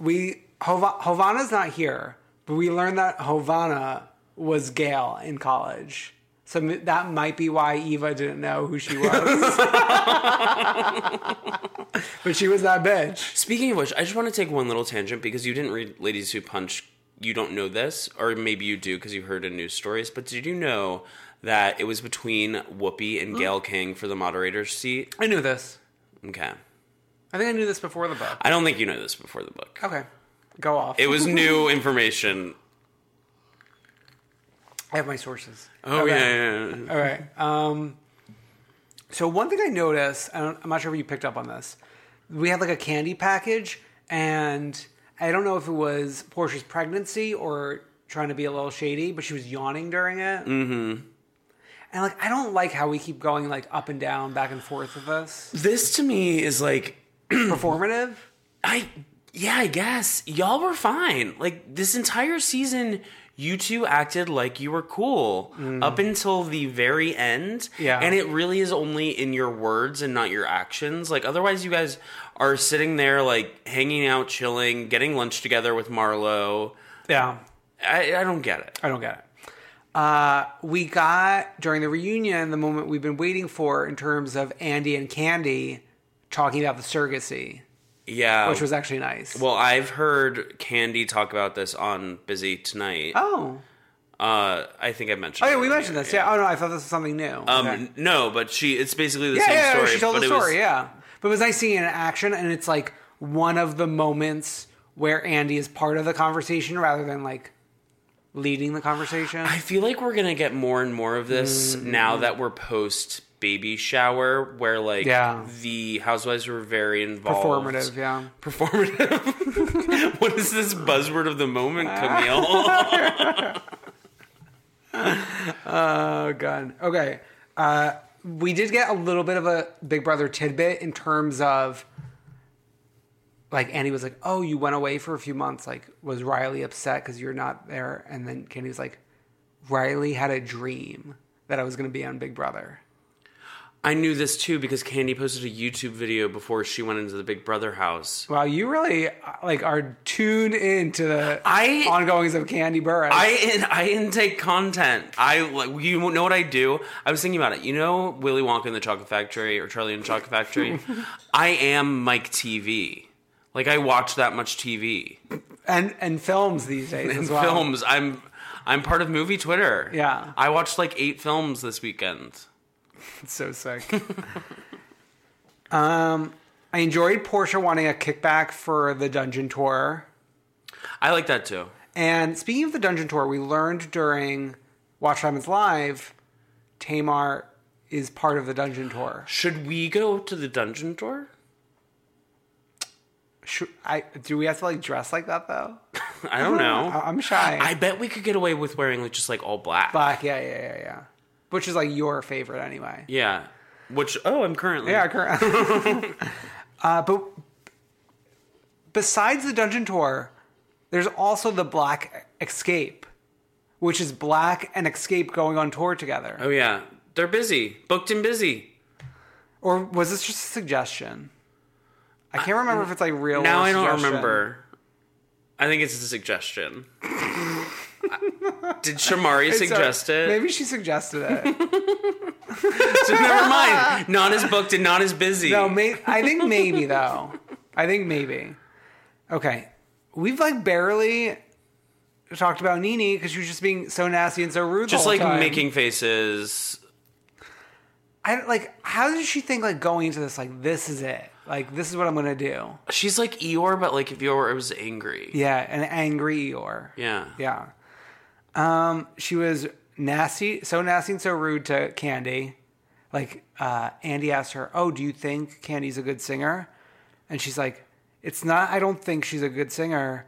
Speaker 3: we Hova, Hovana's not here, but we learned that Hovana was Gail in college, so m- that might be why Eva didn't know who she was. but she was that bitch.
Speaker 2: Speaking of which, I just want to take one little tangent because you didn't read Ladies Who Punch. You don't know this, or maybe you do because you heard in news stories. But did you know that it was between Whoopi and Gail King for the moderator's seat?
Speaker 3: I knew this.
Speaker 2: Okay,
Speaker 3: I think I knew this before the book.
Speaker 2: I don't think you know this before the book.
Speaker 3: Okay, go off.
Speaker 2: It was new information.
Speaker 3: I have my sources. Oh,
Speaker 2: Oh yeah, yeah, yeah.
Speaker 3: All right. Um, So one thing I noticed, I don't, I'm not sure if you picked up on this. We had like a candy package, and I don't know if it was Portia's pregnancy or trying to be a little shady, but she was yawning during it. Mm-hmm. And like, I don't like how we keep going like up and down, back and forth with this
Speaker 2: This to me is like
Speaker 3: performative.
Speaker 2: I yeah, I guess y'all were fine. Like this entire season, you two acted like you were cool up until the very end.
Speaker 3: Mm. Yeah.
Speaker 2: and it really is only in your words and not your actions. Like otherwise, you guys are sitting there like hanging out, chilling, getting lunch together with Marlo.
Speaker 3: Yeah,
Speaker 2: I, I don't get it.
Speaker 3: I don't get it. Uh, we got during the reunion the moment we've been waiting for in terms of Andy and Candy talking about the surrogacy,
Speaker 2: Yeah,
Speaker 3: which was actually nice.
Speaker 2: well, I've heard Candy talk about this on Busy Tonight.
Speaker 3: oh.
Speaker 2: Uh, I think I mentioned.
Speaker 3: Oh yeah,
Speaker 2: it
Speaker 3: we
Speaker 2: on
Speaker 3: mentioned
Speaker 2: here,
Speaker 3: this. Yeah. Oh no, I thought this was something new.
Speaker 2: Um,
Speaker 3: Okay.
Speaker 2: no, but she. It's basically the
Speaker 3: Yeah,
Speaker 2: same
Speaker 3: yeah,
Speaker 2: story.
Speaker 3: she told
Speaker 2: but
Speaker 3: the
Speaker 2: it was-
Speaker 3: story. yeah, but it was nice seeing it in action, and it's like one of the moments where Andy is part of the conversation rather than like leading the conversation.
Speaker 2: I feel like we're gonna get more and more of this
Speaker 3: Mm-hmm.
Speaker 2: now that we're post baby shower, where like
Speaker 3: Yeah.
Speaker 2: the housewives were very involved.
Speaker 3: Performative, yeah.
Speaker 2: Performative. what is this buzzword of the moment, Camille?
Speaker 3: Oh god. Okay. Uh, we did get a little bit of a Big Brother tidbit in terms of like Andy was like, "Oh, you went away for a few months. Like, was Riley upset because you're not there?" And then Candy was like, "Riley had a dream that I was going to be on Big Brother."
Speaker 2: I knew this too because Candy posted a YouTube video before she went into the Big Brother house.
Speaker 3: Wow, you really uh, like are tuned into the
Speaker 2: I-
Speaker 3: ongoings of Candy Burris.
Speaker 2: I in, I intake content. I like you know what I do. I was thinking about it. You know Willy Wonka and the Chocolate Factory or Charlie and the Chocolate Factory. I am Mike TV. Like I watch that much TV
Speaker 3: and and films these days as
Speaker 2: and
Speaker 3: well.
Speaker 2: films. I'm I'm part of movie Twitter.
Speaker 3: Yeah.
Speaker 2: I watched like eight films this weekend.
Speaker 3: It's so sick. um, I enjoyed Portia wanting a kickback for the dungeon tour.
Speaker 2: I like that too.
Speaker 3: And speaking of the dungeon tour, we learned during Watch Diamonds Live, Tamar is part of the dungeon tour.
Speaker 2: Should we go to the dungeon tour?
Speaker 3: Should I? Do we have to like dress like that though?
Speaker 2: I don't know.
Speaker 3: Uh-huh. I- I'm shy.
Speaker 2: I bet we could get away with wearing like just like all black.
Speaker 3: Black, yeah, yeah, yeah, yeah. Which is like your favorite anyway.
Speaker 2: Yeah. Which oh, I'm currently
Speaker 3: Yeah, correct. uh, but besides the dungeon tour, there's also the Black Escape, which is Black and Escape going on tour together.
Speaker 2: Oh yeah, they're busy, booked and busy.
Speaker 3: Or was this just a suggestion? I can't remember if it's like real.
Speaker 2: now
Speaker 3: or
Speaker 2: I don't
Speaker 3: suggestion.
Speaker 2: remember. I think it's a suggestion. Did Shamari
Speaker 3: So,
Speaker 2: suggest it?
Speaker 3: Maybe she suggested it.
Speaker 2: So never mind. Not as booked and not as busy.
Speaker 3: no, may- I think maybe though. I think maybe. Okay, we've like barely talked about Nini because she was just being so nasty and so rude. the
Speaker 2: just
Speaker 3: whole
Speaker 2: like
Speaker 3: time.
Speaker 2: making faces.
Speaker 3: I don't- like how did she think like going into this like this is it like this is what I'm gonna do
Speaker 2: She's like Eeyore, but like if Eeyore was angry.
Speaker 3: yeah an angry or
Speaker 2: Yeah.
Speaker 3: yeah um she was nasty so nasty and so rude to Candy like uh Andy asked her oh do you think Candy's a good singer and she's like it's not I don't think she's a good singer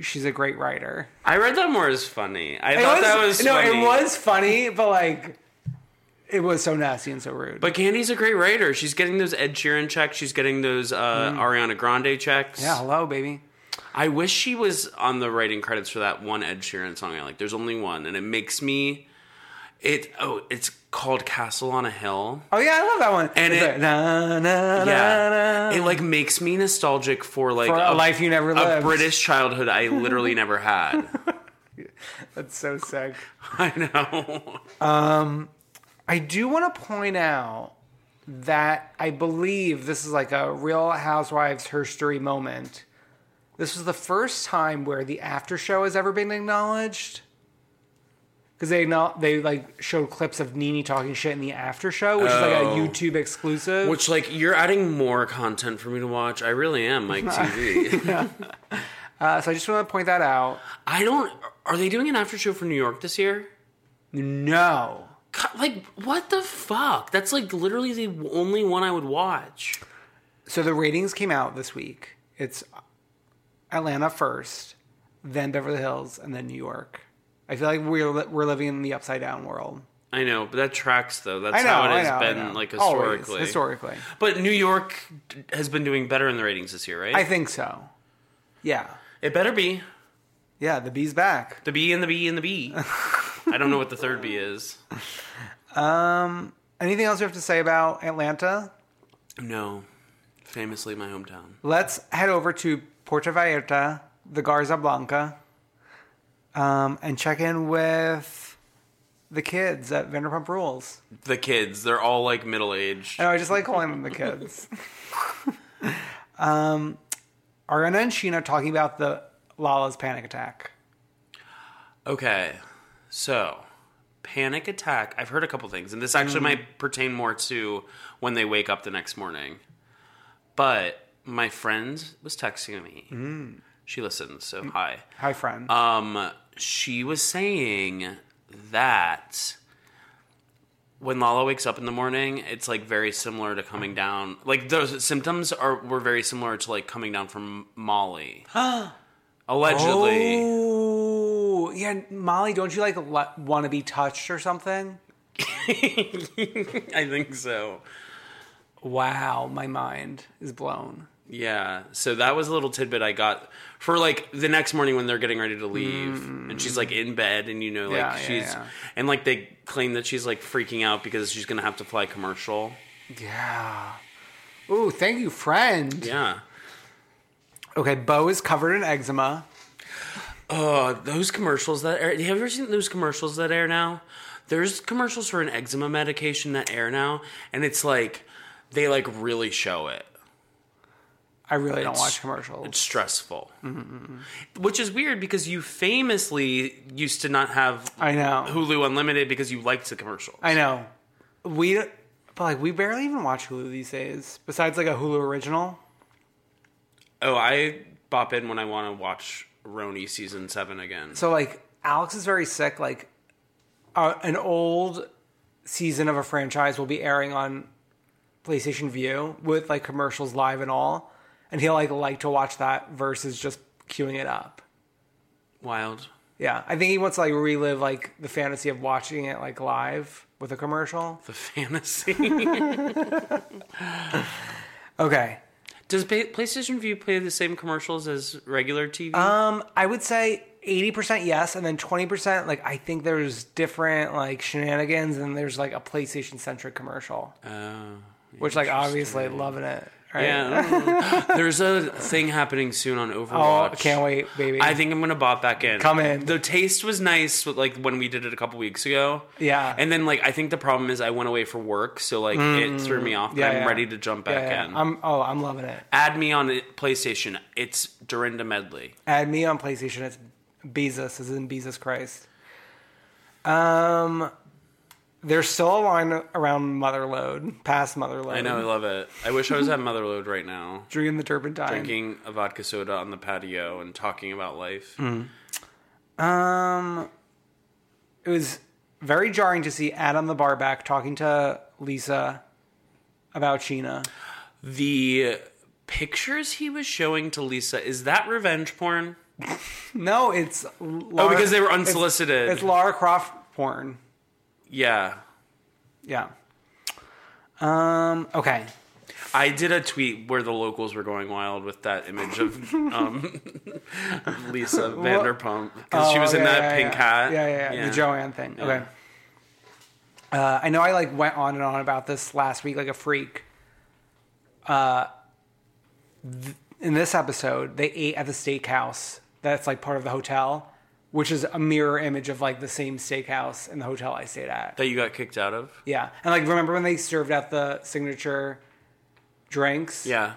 Speaker 3: she's a great writer
Speaker 2: I read that more as funny. I thought that was
Speaker 3: no
Speaker 2: funny.
Speaker 3: it was funny but like it was so nasty and so rude
Speaker 2: But Candy's a great writer. She's getting those Ed Sheeran checks. She's getting those uh, Ariana Grande checks.
Speaker 3: Mm-hmm. yeah hello baby
Speaker 2: I wish she was on the writing credits for that one Ed Sheeran song I like. There's only one, and it makes me. It oh, it's called Castle on a Hill.
Speaker 3: Oh yeah, I love that one.
Speaker 2: And
Speaker 3: It's
Speaker 2: it-
Speaker 3: like, na, na, na,
Speaker 2: Yeah,
Speaker 3: na.
Speaker 2: it like makes me nostalgic for like
Speaker 3: For a life you never
Speaker 2: a
Speaker 3: lived.
Speaker 2: British childhood I literally never had.
Speaker 3: that's so sick.
Speaker 2: I know.
Speaker 3: I do want to point out that I believe this is like a Real Housewives history moment. This was the first time where the after show has ever been acknowledged. Because they acknow- they like showed clips of Nini talking shit in the after show, which
Speaker 2: Oh.
Speaker 3: is like a YouTube exclusive.
Speaker 2: Which like you're adding more content for me to watch. I really am, Mike TV.
Speaker 3: uh, so I just want to point that out.
Speaker 2: I don't. Are they doing an after show for New York this year?
Speaker 3: No,
Speaker 2: God, like what the fuck? That's like literally the only one I would watch.
Speaker 3: So the ratings came out this week. It's Atlanta first, then Beverly Hills, and then New York. I feel like we're li- we're living in the upside down world.
Speaker 2: I know, but that tracks though. That's
Speaker 3: I know.
Speaker 2: how
Speaker 3: I
Speaker 2: it has
Speaker 3: know, I
Speaker 2: been
Speaker 3: know.
Speaker 2: like
Speaker 3: Always,
Speaker 2: historically.
Speaker 3: historically,
Speaker 2: But New York d- has been doing better in the ratings this year, right?
Speaker 3: I think so. Yeah,
Speaker 2: it better be
Speaker 3: yeah. The bee's back.
Speaker 2: the B and the B and the B. I don't know what the third B is.
Speaker 3: Anything else we have to say about Atlanta?
Speaker 2: No, famously my hometown.
Speaker 3: Let's head over to Puerto Vallarta, the Garza Blanca, um, and check in with the kids at Vanderpump Rules.
Speaker 2: The kids, they're all like middle aged.
Speaker 3: No, I just like calling them the kids. um, Ariana and Sheena talking about the Lala's panic attack.
Speaker 2: Okay, so panic attack. I've heard a couple things, and this
Speaker 3: Mm.
Speaker 2: actually might pertain more to when they wake up the next morning. But my friend was texting me. She listens, so hi.
Speaker 3: Mm. Hi, friend.
Speaker 2: Um, she was saying that when Lala wakes up in the morning, it's like very similar to coming down. Like those symptoms are were very similar to like coming down from Molly, allegedly.
Speaker 3: Oh. Ooh, yeah, Molly, don't you like le- want to be touched or something?
Speaker 2: I think so.
Speaker 3: Wow, my mind is blown.
Speaker 2: Yeah. So that was a little tidbit I got for like the next morning when they're getting ready to leave and she's like in bed and you know like
Speaker 3: Hmm. Yeah, yeah,
Speaker 2: she's
Speaker 3: yeah.
Speaker 2: and like they claim that she's like freaking out because she's going to have to fly commercial.
Speaker 3: Yeah. Ooh, thank you, friend.
Speaker 2: Yeah.
Speaker 3: Okay, Bo is covered in eczema.
Speaker 2: Uh, those commercials that air. Have you ever seen those commercials that air now? There's commercials for an eczema medication that air now, and it's like they like really show it.
Speaker 3: I really don't
Speaker 2: It's-
Speaker 3: watch commercials.
Speaker 2: It's stressful,
Speaker 3: Mm-hmm.
Speaker 2: which is weird because you famously used to not have
Speaker 3: I know.
Speaker 2: Hulu Unlimited because you liked the commercials.
Speaker 3: I know. We but like we barely even watch Hulu these days. Besides like a Hulu original.
Speaker 2: oh, I bop in when I want to watch Roni season seven again.
Speaker 3: So like Alex is very sick. Like uh, an old season of a franchise will be airing on PlayStation View with like commercials live and all, and he'll like like to watch that versus just queuing it up.
Speaker 2: Wild.
Speaker 3: Yeah, I think he wants to like relive like the fantasy of watching it like live with a commercial.
Speaker 2: The fantasy.
Speaker 3: Okay,
Speaker 2: Does Pay- PlayStation View play the same commercials as regular TV?
Speaker 3: I would say 80% yes, and then 20%, like, I think there's different, like, shenanigans, and there's, like, a PlayStation centric commercial. Which, like, obviously, loving it. Right?
Speaker 2: Oh, Yeah. There's a thing happening soon on Overwatch.
Speaker 3: Oh, can't wait, baby.
Speaker 2: I think I'm gonna bop back in.
Speaker 3: Come in.
Speaker 2: The taste was nice, with, like when we did it a couple weeks ago.
Speaker 3: Yeah.
Speaker 2: And then like I think the problem is I went away for work, so like it threw me off.
Speaker 3: Mm. Yeah,
Speaker 2: I'm
Speaker 3: yeah.
Speaker 2: ready to jump back
Speaker 3: Yeah, yeah.
Speaker 2: in.
Speaker 3: I'm, oh, I'm loving it.
Speaker 2: Add me on it- PlayStation. It's Dorinda Medley.
Speaker 3: Add me on PlayStation. It's Beezus, as in Beezus Christ. Um, there's still a line around Motherload, past Motherload.
Speaker 2: I know, I love it. I wish I was at Motherlode right now,
Speaker 3: Drinking the turpentine.
Speaker 2: drinking a vodka soda on the patio and talking about life.
Speaker 3: Mm. Um, it was very jarring to see Adam the barback talking to Lisa about Sheena.
Speaker 2: The pictures he was showing to Lisa is that revenge porn?
Speaker 3: No, it's Lara,
Speaker 2: Oh, because they were
Speaker 3: it's-
Speaker 2: unsolicited.
Speaker 3: It's, Lara Croft porn.
Speaker 2: yeah.
Speaker 3: Yeah. Um. Okay.
Speaker 2: I did a tweet where the locals were going wild with that image of um, Lisa Vanderpump because she
Speaker 3: Oh,
Speaker 2: was in
Speaker 3: yeah,
Speaker 2: that
Speaker 3: yeah,
Speaker 2: pink
Speaker 3: yeah.
Speaker 2: hat.
Speaker 3: Yeah, yeah, yeah, the Joanne thing. Okay. Uh, I know I like went on and on about this last week like a freak. Uh, th- in this episode, they ate at the steakhouse that's like part of the hotel, which is a mirror image of like the same steakhouse in the hotel I stayed at.
Speaker 2: That you got kicked out of.
Speaker 3: Yeah, and like remember when they served out the signature drinks?
Speaker 2: Yeah.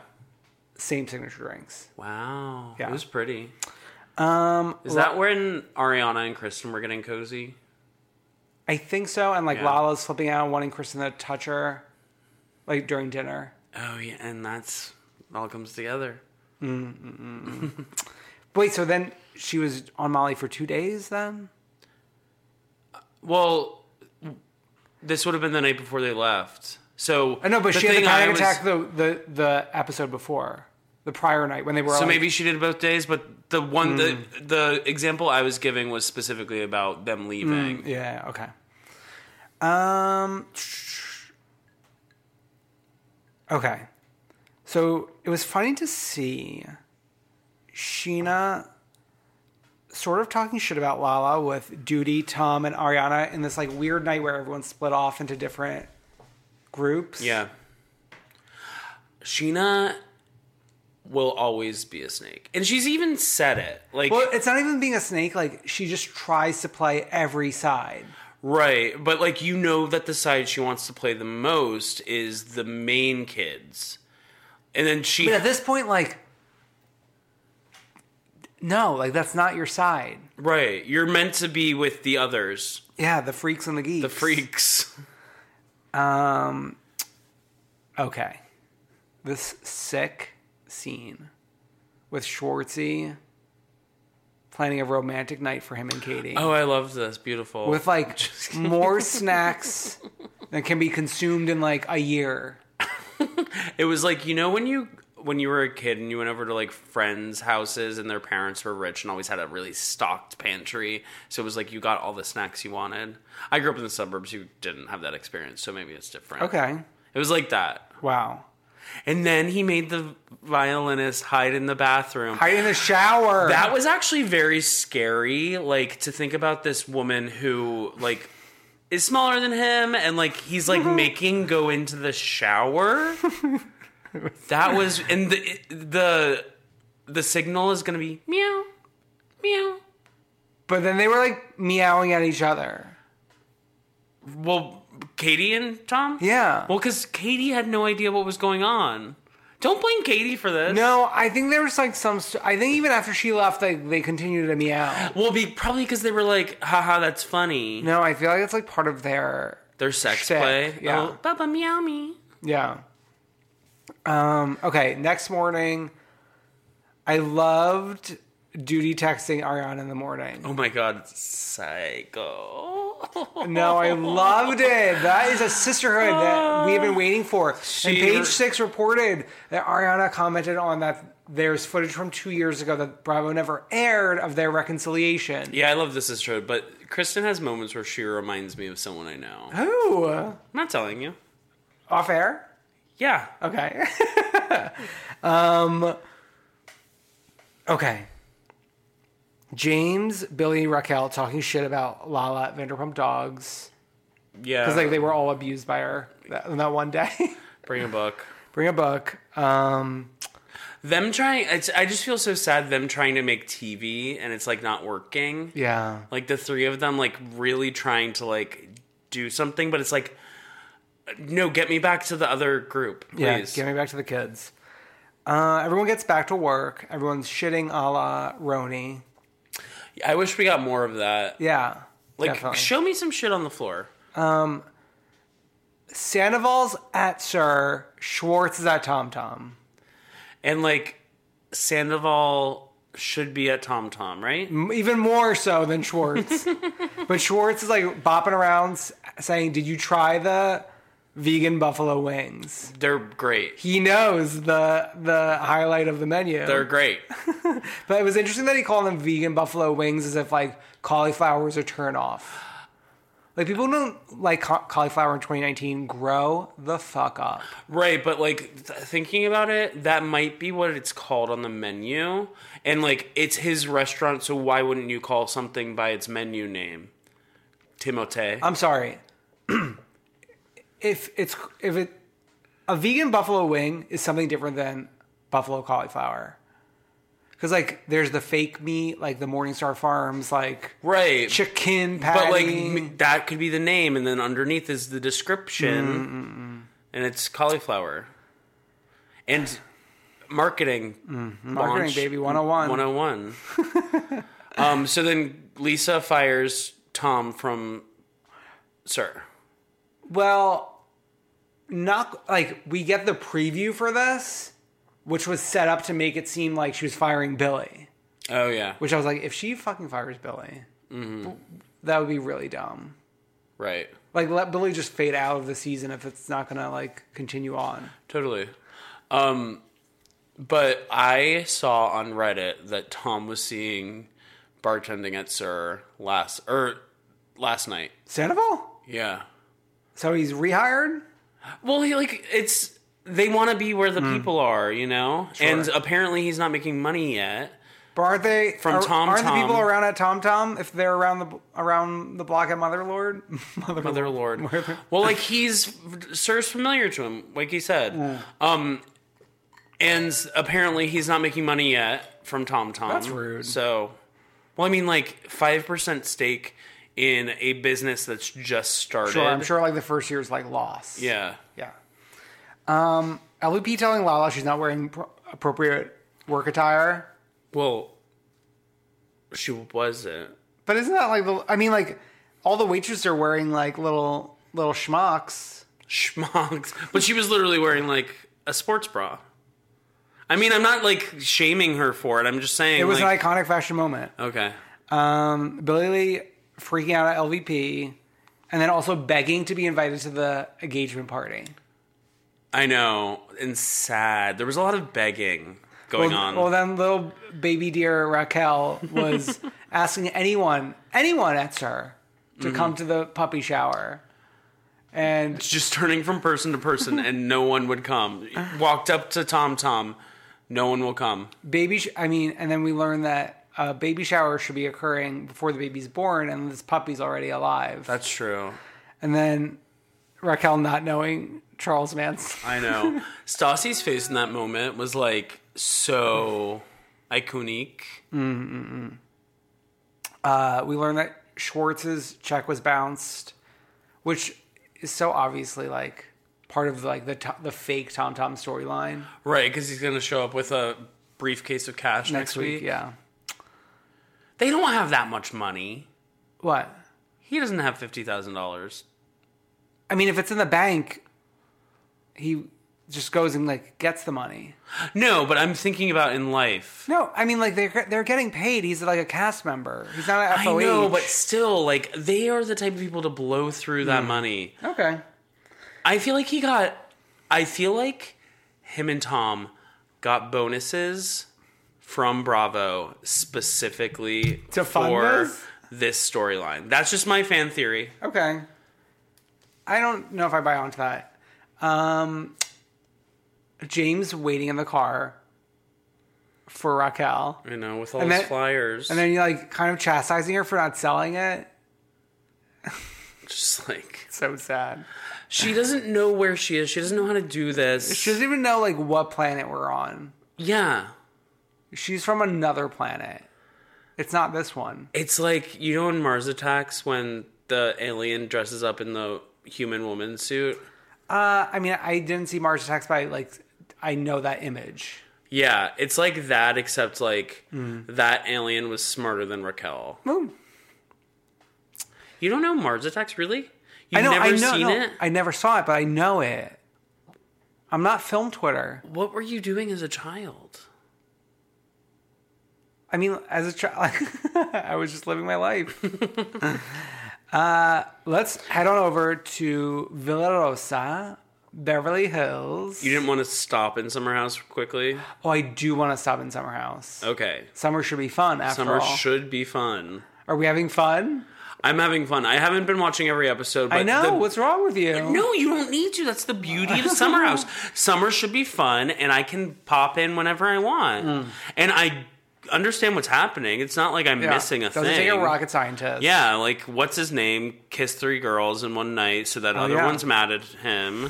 Speaker 3: same signature drinks.
Speaker 2: Wow.
Speaker 3: Yeah.
Speaker 2: It was pretty.
Speaker 3: Um,
Speaker 2: Is that when Ariana and Kristen were getting cozy?
Speaker 3: I think so. And like
Speaker 2: Yeah.
Speaker 3: Lala's flipping out, wanting Kristen to touch her, like during dinner.
Speaker 2: Oh yeah, and that's it all comes together.
Speaker 3: Wait, so then she was on Molly for two days then?
Speaker 2: Well, This would have been the night before they left. So
Speaker 3: I know, Uh, but
Speaker 2: the
Speaker 3: she had
Speaker 2: thing
Speaker 3: the panic
Speaker 2: I was-
Speaker 3: attack the, the the episode before, the prior night when they were.
Speaker 2: So
Speaker 3: all, like- Hmm.
Speaker 2: maybe she did both days, but the one the the example I was giving was specifically about them leaving.
Speaker 3: yeah. Okay. Um. Okay. So it was funny to see Sheena sort of talking shit about Lala with Duty, Tom, and Ariana in this like weird night where everyone split off into different groups.
Speaker 2: Yeah. Sheena will always be a snake. And she's even said it. Like
Speaker 3: Well, it's not even being a snake. Like she just tries to play every side.
Speaker 2: right, but like you know that the side she wants to play the most is the main kids. And then she
Speaker 3: But at this point, like, no, like that's not your side.
Speaker 2: right, you're meant to be with the others,
Speaker 3: Yeah, the freaks and the geeks.
Speaker 2: the freaks.
Speaker 3: Um. Okay, this sick scene with Schwartzy planning a romantic night for him and Katie.
Speaker 2: Oh, I love this. Beautiful.
Speaker 3: With like more snacks that can be consumed in like a year.
Speaker 2: It was like you know when you when you were a kid and you went over to like friends' houses and their parents were rich and always had a really stocked pantry. So it was like you got all the snacks you wanted. I grew up in the suburbs. You didn't have that experience, so maybe it's different.
Speaker 3: Okay.
Speaker 2: It was like that.
Speaker 3: Wow.
Speaker 2: And then he made the violinist hide in the bathroom.
Speaker 3: Hide in the shower.
Speaker 2: That was actually very scary, like to think about this woman who like is smaller than him and like he's
Speaker 3: Mm-hmm.
Speaker 2: like making go into the shower. that was and the the the signal is going to be meow meow.
Speaker 3: But then they were like meowing at each other.
Speaker 2: Well, Katie and Tom?
Speaker 3: Yeah.
Speaker 2: Well, cuz Katie had no idea what was going on. Don't blame Katie for this.
Speaker 3: No, I think there was like some. St- I think even after she left, they they continued to meow.
Speaker 2: Well, be probably cuz they were like, "Haha, that's funny."
Speaker 3: No, I feel like it's like part of their
Speaker 2: Their sex
Speaker 3: Sick,
Speaker 2: play.
Speaker 3: yeah.
Speaker 2: Oh, Baba meow me.
Speaker 3: yeah. Um. Okay. Next morning, I loved duty texting Ariana in the morning.
Speaker 2: Oh my god, psycho.
Speaker 3: No, I loved it. That is a sisterhood that we have been waiting for. and Page Six reported that Ariana commented on that. There's footage from two years ago that Bravo never aired of their reconciliation.
Speaker 2: Yeah, I love this is true, but Kristen has moments where she reminds me of someone I know. I'm
Speaker 3: Ooh.
Speaker 2: not telling you.
Speaker 3: Off air?
Speaker 2: Yeah.
Speaker 3: Okay. um, okay. James, Billy, Raquel talking shit about Lala at Vanderpump Dogs
Speaker 2: Yeah.
Speaker 3: because like they were all abused by her that, that one day.
Speaker 2: Bring a book.
Speaker 3: Bring a book. Um,
Speaker 2: Them trying it's I just feel so sad them trying to make TV and it's like not working.
Speaker 3: yeah,
Speaker 2: Like the three of them like really trying to like do something, but it's like no, get me back to the other group,
Speaker 3: yeah.
Speaker 2: please.
Speaker 3: Get me back to the kids. Uh, everyone gets back to work. Everyone's shitting a la Roni.
Speaker 2: I wish we got more of that.
Speaker 3: Yeah,
Speaker 2: like
Speaker 3: definitely.
Speaker 2: show me some shit on the floor.
Speaker 3: Sandoval's at Sir. Schwartz is at Tom Tom.
Speaker 2: And like Sandoval should be at Tom Tom, right?
Speaker 3: even more so than Schwartz. but Schwartz is like bopping around s- saying, "Did you try the vegan buffalo wings?"
Speaker 2: They're great.
Speaker 3: He knows the the highlight of the menu.
Speaker 2: They're great.
Speaker 3: but it was interesting that he called them vegan buffalo wings as if like cauliflower is a turnoff. Like people don't like ca- cauliflower in 2019. Grow the fuck up.
Speaker 2: right, but like th- thinking about it, that might be what it's called on the menu. And like it's his restaurant, so why wouldn't you call something by its menu name? Timote.
Speaker 3: I'm sorry. if it's if it a vegan buffalo wing is something different than buffalo cauliflower. Cause like there's the fake meat, like the Morningstar Farms, like
Speaker 2: right.
Speaker 3: chicken
Speaker 2: but like
Speaker 3: patty.
Speaker 2: m- that could be the name and then underneath is the
Speaker 3: Mm,
Speaker 2: description and it's cauliflower. And marketing
Speaker 3: Mm, marketing
Speaker 2: launch-
Speaker 3: baby 101.
Speaker 2: 101. um, so then Lisa fires Tom from Sir.
Speaker 3: Well, not like we get the preview for this, which was set up to make it seem like she was firing Billy.
Speaker 2: Oh, yeah. Mm-hmm.
Speaker 3: Which I was like, if she fucking fires Billy, that would be really dumb.
Speaker 2: Right.
Speaker 3: Like let Billy just fade out of the season if it's not gonna like continue on.
Speaker 2: Totally. Um, but I saw on Reddit that Tom was seeing bartending at Sir last or last night.
Speaker 3: Sandoval?
Speaker 2: Yeah.
Speaker 3: So he's rehired?
Speaker 2: Well, he like it's they want to be where the people are, you know. And apparently, he's not making money yet.
Speaker 3: But aren't they
Speaker 2: From
Speaker 3: are,
Speaker 2: Tom
Speaker 3: Aren't
Speaker 2: Tom.
Speaker 3: the people around at Tom Tom if they're around the around the block at Mother Lord? Mother,
Speaker 2: Mother Lord. well, like he's Sir's familiar to him, like he said. Um, and apparently he's not making money yet from Tom Tom.
Speaker 3: That's rude.
Speaker 2: So, well, I mean, like five percent stake in a business that's just started.
Speaker 3: Sure, I'm sure like the first year's like loss.
Speaker 2: Yeah.
Speaker 3: Yeah. Um, LUP telling Lala she's not wearing pro- appropriate work attire.
Speaker 2: Well, she wasn't.
Speaker 3: But isn't that like the? I mean, like all the waitresses are wearing like little little schmucks.
Speaker 2: schmucks. But she was literally wearing like a sports bra. I mean, I'm not like shaming her for it. I'm just saying
Speaker 3: It was
Speaker 2: like,
Speaker 3: an iconic fashion moment.
Speaker 2: okay,
Speaker 3: Um, Billy Lee freaking out at LVP, and then also begging to be invited to the engagement party.
Speaker 2: I know, and sad. There was a lot of begging going
Speaker 3: Well,
Speaker 2: on.
Speaker 3: well, then little baby dear Raquel was asking anyone, anyone at her
Speaker 2: Mm-hmm.
Speaker 3: to come to the puppy shower, and
Speaker 2: just turning from person to person, and no one would come. Walked up to Tom Tom, no one will come.
Speaker 3: baby sh- i mean and then we learned that a baby shower should be occurring before the baby's born and this puppy's already alive
Speaker 2: That's true.
Speaker 3: and then raquel not knowing charles manson
Speaker 2: I know. Stassi's face in that moment was like so iconic.
Speaker 3: uh, we learned that schwartz's check was bounced which is so obviously like part of like the to- the fake tom tom storyline
Speaker 2: Right, because he's gonna show up with a briefcase of cash next,
Speaker 3: next week yeah
Speaker 2: They don't have that much money.
Speaker 3: what
Speaker 2: He doesn't have fifty thousand dollars.
Speaker 3: i mean if it's in the bank he just goes and like gets the money
Speaker 2: No, but I'm thinking about in life.
Speaker 3: No, I mean like they're they're getting paid. He's like a cast member. He's not an
Speaker 2: I
Speaker 3: FOH.
Speaker 2: know, but still, like they are the type of people to blow through that
Speaker 3: Mm.
Speaker 2: money.
Speaker 3: okay.
Speaker 2: I feel like he got. I feel like him and Tom got bonuses from Bravo specifically
Speaker 3: To fund
Speaker 2: for
Speaker 3: this?
Speaker 2: this storyline. That's just my fan theory.
Speaker 3: Okay. I don't know if I buy onto that. Um, James waiting in the car for Raquel,
Speaker 2: You know, with all
Speaker 3: And
Speaker 2: his
Speaker 3: then-
Speaker 2: flyers,
Speaker 3: and then you're like kind of chastising her for not selling it.
Speaker 2: just like
Speaker 3: So sad.
Speaker 2: she doesn't know where she is. She doesn't know how to do this.
Speaker 3: She doesn't even know like what planet we're on.
Speaker 2: yeah.
Speaker 3: She's from another planet. It's not this one.
Speaker 2: It's like you know in Mars Attacks when the alien dresses up in the human woman suit.
Speaker 3: Uh, I mean, I didn't see Mars Attacks, but I, like I know that image.
Speaker 2: Yeah, it's like that except like
Speaker 3: Hmm.
Speaker 2: that alien was smarter than Raquel.
Speaker 3: Boom.
Speaker 2: You don't know Mars Attacks really? You've
Speaker 3: I know,
Speaker 2: never
Speaker 3: I know,
Speaker 2: seen
Speaker 3: no,
Speaker 2: it?
Speaker 3: I never saw it, but I know it. I'm not film Twitter.
Speaker 2: What were you doing as a child?
Speaker 3: I mean, as a child, I was just living my life. uh, let's head on over to Villa Rosa, Beverly Hills.
Speaker 2: You didn't want to stop in Summer House quickly?
Speaker 3: oh, I do want to stop in Summer House.
Speaker 2: Okay.
Speaker 3: Summer should be fun. After
Speaker 2: Oh. Summer
Speaker 3: all,
Speaker 2: should be fun.
Speaker 3: are we having fun?
Speaker 2: I'm having fun. I haven't been watching every episode, but
Speaker 3: I know.
Speaker 2: the-
Speaker 3: What's wrong with you?
Speaker 2: No, you don't need to. That's the beauty of Summer House. Summer should be fun, and I can pop in whenever I want. And I understand what's happening. It's not like I'm
Speaker 3: Hmm. Yeah.
Speaker 2: missing a
Speaker 3: Doesn't
Speaker 2: thing.
Speaker 3: take a rocket scientist.
Speaker 2: Yeah, like what's his name? Kissed three girls in one night, so that other
Speaker 3: Oh, yeah.
Speaker 2: one's mad at him.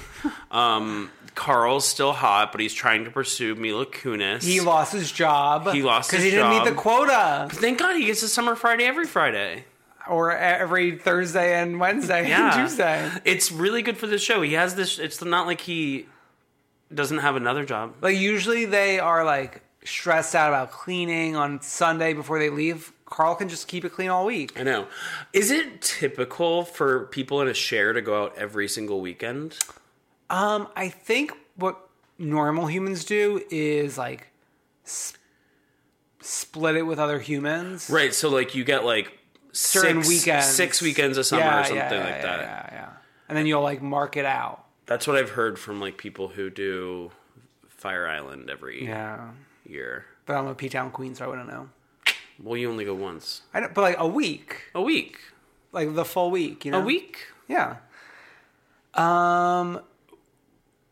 Speaker 2: um, Carl's still hot, but he's trying to pursue Mila Kunis.
Speaker 3: He lost his job.
Speaker 2: He lost
Speaker 3: because he
Speaker 2: his
Speaker 3: didn't
Speaker 2: job.
Speaker 3: meet the quota,
Speaker 2: Thank God he gets a summer Friday every Friday.
Speaker 3: or e-, every Thursday and Wednesday
Speaker 2: Yeah,
Speaker 3: and Tuesday.
Speaker 2: It's really good for the show. He has this. It's not like he doesn't have another job.
Speaker 3: Like usually they are like stressed out about cleaning on Sunday before they leave. Carl can just keep it clean all week.
Speaker 2: I know. Is it typical for people in a share to go out every single weekend?
Speaker 3: Um, I think what normal humans do is like sp- split it with other humans.
Speaker 2: Right. So like you get like
Speaker 3: certain
Speaker 2: six,
Speaker 3: weekends.
Speaker 2: six weekends a summer or something like
Speaker 3: yeah,
Speaker 2: that.
Speaker 3: Yeah, yeah. And then you'll like mark it out.
Speaker 2: That's what I've heard from like people who do Fire Island every
Speaker 3: Yeah.
Speaker 2: year.
Speaker 3: But I'm a P Town Queen, so I wouldn't know.
Speaker 2: Well, you only go once
Speaker 3: I don't, but like a week,
Speaker 2: a week.
Speaker 3: like the full week, you know?
Speaker 2: A week.
Speaker 3: Yeah. Um,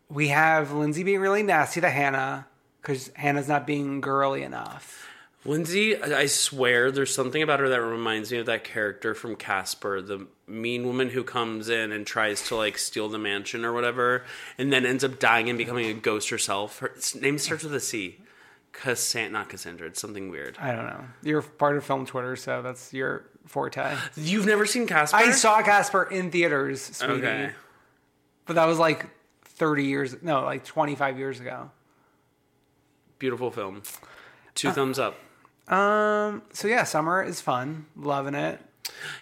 Speaker 3: we have Lindsay being really nasty to Hannah because Hannah's not being girly enough.
Speaker 2: Lindsay, I I swear there's something about her that reminds me of that character from Casper, the mean woman who comes in and tries to like steal the mansion or whatever, and then ends up dying and becoming a ghost herself. Her s- name starts with a C. Cassandra, not Cassandra. It's something weird.
Speaker 3: I don't know. You're part of film Twitter, so that's your forte.
Speaker 2: You've never seen Casper?
Speaker 3: I saw Casper in theaters, sweetie.
Speaker 2: Okay.
Speaker 3: But that was like 30 years, no, like 25 years ago.
Speaker 2: Beautiful film.
Speaker 3: Uh,
Speaker 2: Two thumbs up.
Speaker 3: Um, so yeah, summer is fun. Loving it.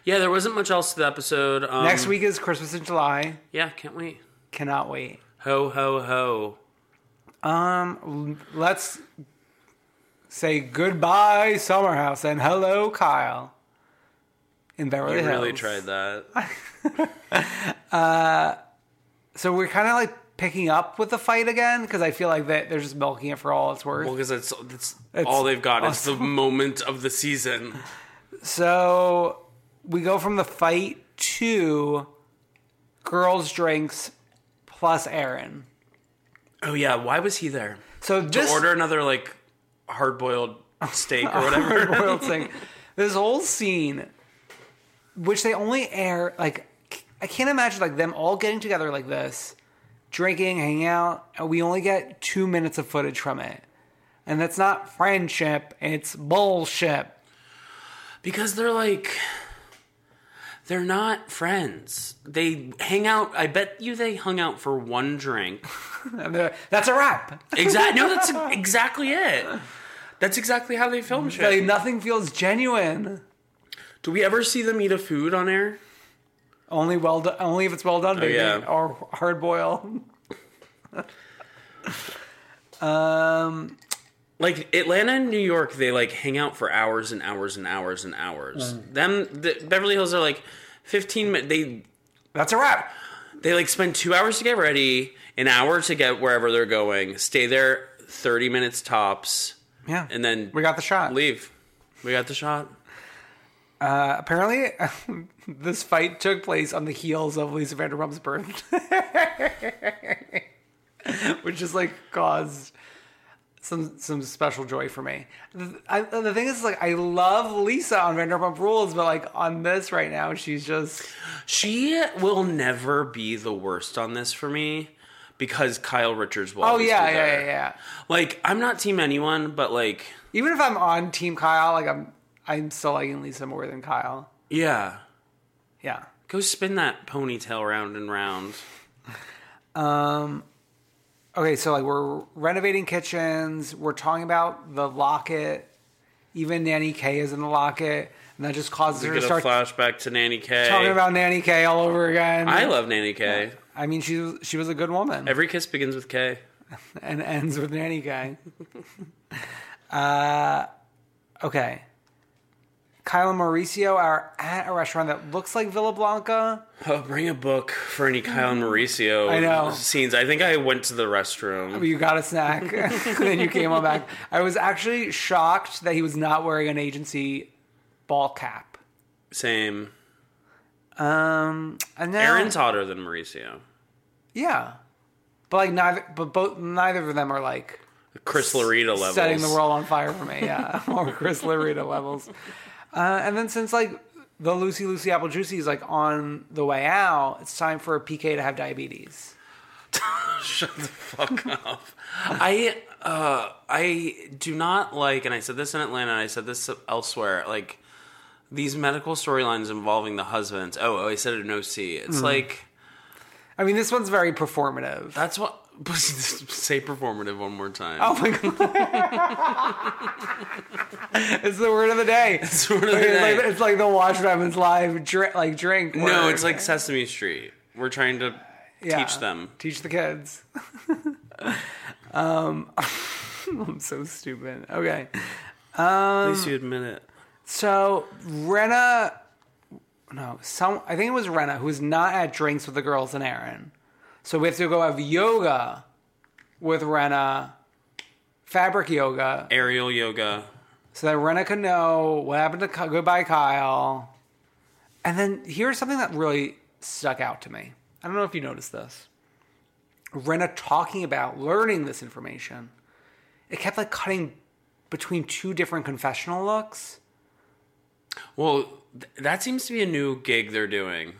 Speaker 2: Yeah, there wasn't much else to the episode. Um,
Speaker 3: Next week is Christmas in July.
Speaker 2: Yeah, can't wait.
Speaker 3: Cannot wait.
Speaker 2: Ho, ho, ho.
Speaker 3: Um, l- let's say goodbye, Summer House, and hello, Kyle. In Beverly
Speaker 2: I
Speaker 3: Hills.
Speaker 2: really tried that.
Speaker 3: So we're kind of like picking up with the fight again because I feel like that they're just milking it for all it's worth.
Speaker 2: Well, because that's, that's all they've got. It's the moment of the season.
Speaker 3: So we go from the fight to girls' drinks plus Aaron.
Speaker 2: Oh yeah, why was he there?
Speaker 3: So this
Speaker 2: Order another like hard boiled steak or whatever.
Speaker 3: Royal thing. This whole scene, which they only air like I can't imagine like them all getting together like this, drinking, hanging out. And we only get two minutes of footage from it, and that's not friendship. It's bullshit.
Speaker 2: because they're like they're not friends. They hang out. I bet you they hung out for one drink.
Speaker 3: And they're- That's a wrap.
Speaker 2: Exactly. no, that's exactly it. That's exactly how they film shit.
Speaker 3: Like nothing feels genuine.
Speaker 2: Do we ever see them eat a food on air?
Speaker 3: Only well, do- only if it's well done, baby,
Speaker 2: Oh, yeah.
Speaker 3: or hard boil. um,
Speaker 2: Like Atlanta and New York, they like hang out for hours and hours and hours and hours. Them, the, Beverly Hills are like fifteen minutes. They
Speaker 3: that's a wrap.
Speaker 2: they like spend two hours to get ready, an hour to get wherever they're going, stay there thirty minutes tops,
Speaker 3: Yeah,
Speaker 2: and then
Speaker 3: we got the shot.
Speaker 2: leave. We got the shot.
Speaker 3: Apparently, this fight took place on the heels of Lisa Vanderpump's birthday, which just like caused some some special joy for me. The, I, the thing is, like, I love Lisa on Vanderpump Rules, but like on this right now, she's just
Speaker 2: She will never be the worst on this for me because Kyle Richards will.
Speaker 3: oh
Speaker 2: always
Speaker 3: yeah
Speaker 2: be
Speaker 3: yeah
Speaker 2: there.
Speaker 3: yeah yeah.
Speaker 2: Like I'm not team anyone, but like
Speaker 3: Even if I'm on Team Kyle, like I'm I'm still liking Lisa more than Kyle.
Speaker 2: yeah,
Speaker 3: Yeah.
Speaker 2: go spin that ponytail round and round.
Speaker 3: Okay, so like we're renovating kitchens, we're talking about the locket. Even Nanny K is in the locket, and that just causes her to
Speaker 2: Get a
Speaker 3: start
Speaker 2: flashback to Nanny K.
Speaker 3: talking about Nanny K all over again.
Speaker 2: I love Nanny K.
Speaker 3: I mean, she was, she was a good woman,
Speaker 2: Every kiss begins with K.
Speaker 3: and ends with Nanny K. uh, okay, Kyle and Mauricio are at a restaurant that looks like Villa Blanca.
Speaker 2: Oh, bring a book for any Kyle and Mauricio
Speaker 3: I know.
Speaker 2: scenes. I think I went to the restroom.
Speaker 3: You got a snack, then you came on back. I was actually shocked that he was not wearing an agency ball cap.
Speaker 2: Same.
Speaker 3: Um, and then
Speaker 2: Aaron's hotter than Mauricio.
Speaker 3: yeah, but like neither, but both neither of them are like
Speaker 2: Chris Larita levels.
Speaker 3: setting the world on fire for me. Yeah, more Chris Lurita levels. Uh, and then since like the Lucy Lucy Apple Juicy is like on the way out, it's time for a PK to have diabetes.
Speaker 2: Shut the fuck up. I uh, I do not like, and I said this in Atlanta, and I said this elsewhere. Like these medical storylines involving the husbands. Oh, oh I said it in OC. It's
Speaker 3: Mm-hmm.
Speaker 2: like
Speaker 3: I mean, this one's very performative.
Speaker 2: that's what. Say performative one more time.
Speaker 3: Oh my god! it's the word of the day. It's,
Speaker 2: the word of the day.
Speaker 3: Like, it's like the Watch Diamonds live drink, like drink.
Speaker 2: no,
Speaker 3: word.
Speaker 2: it's like Sesame Street. We're trying to
Speaker 3: Yeah.
Speaker 2: teach them.
Speaker 3: Teach the kids. um, I'm so stupid. Okay.
Speaker 2: At least you admit it.
Speaker 3: So Rena no, some I think it was Rena who's not at drinks with the girls and Aaron. So we have to go have yoga with Rena, fabric yoga,
Speaker 2: Aerial yoga.
Speaker 3: so that Rena can know what happened to Ky- goodbye Kyle. And then here's something that really stuck out to me. I don't know if you noticed this. Rena talking about learning this information. It kept like cutting between two different confessional looks.
Speaker 2: Well, th- that seems to be a new gig they're doing.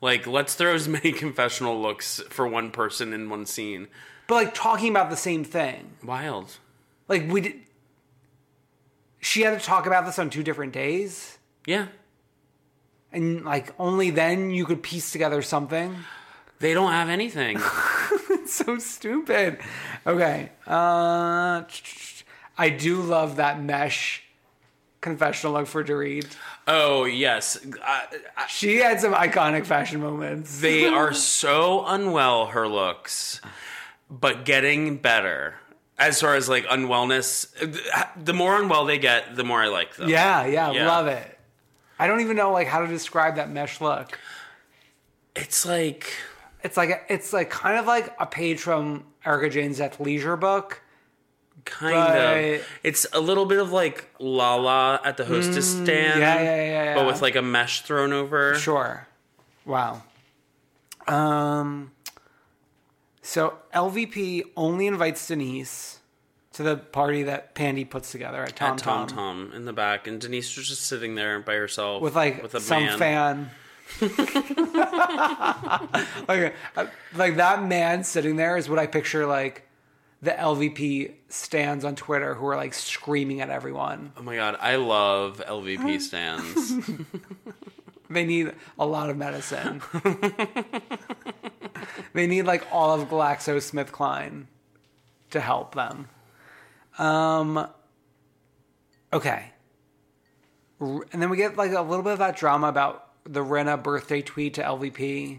Speaker 2: Like, let's throw as many confessional looks for one person in one scene.
Speaker 3: but like talking about the same thing.
Speaker 2: Wild.
Speaker 3: Like we did. She had to talk about this on two different days,
Speaker 2: Yeah.
Speaker 3: and like only then you could piece together something.
Speaker 2: They don't have anything.
Speaker 3: It's so stupid. Okay, uh, I do love that mesh confessional look for Dorit.
Speaker 2: oh, yes. I, I,
Speaker 3: She had some iconic fashion moments.
Speaker 2: they are so unwell, her looks, but getting better. As far as like unwellness, th- the more unwell they get, the more I like them.
Speaker 3: Yeah, yeah,
Speaker 2: Yeah.
Speaker 3: love it. I don't even know like how to describe that mesh look.
Speaker 2: It's like,
Speaker 3: It's like a, it's like kind of like a page from Erica Jane's athleisure book.
Speaker 2: kind
Speaker 3: Right.
Speaker 2: of. It's a little bit of like Lala at the hostess
Speaker 3: Mm,
Speaker 2: stand.
Speaker 3: yeah, yeah, yeah,
Speaker 2: But
Speaker 3: yeah.
Speaker 2: with like a mesh thrown over.
Speaker 3: Sure. Wow. Um. So LVP only invites Denise to the party that Pandy puts together at Tom
Speaker 2: at
Speaker 3: Tom,
Speaker 2: Tom Tom in the back, and Denise was just sitting there by herself
Speaker 3: with like
Speaker 2: with a
Speaker 3: some
Speaker 2: man.
Speaker 3: fan. like, uh, like that man sitting there is what I picture like the LVP stands on Twitter who are like screaming at everyone.
Speaker 2: Oh my god, I love LVP stands.
Speaker 3: They need a lot of medicine. they need like all of GlaxoSmithKline to help them. Um, okay. R- And then we get like a little bit of that drama about the Rena birthday tweet to LVP.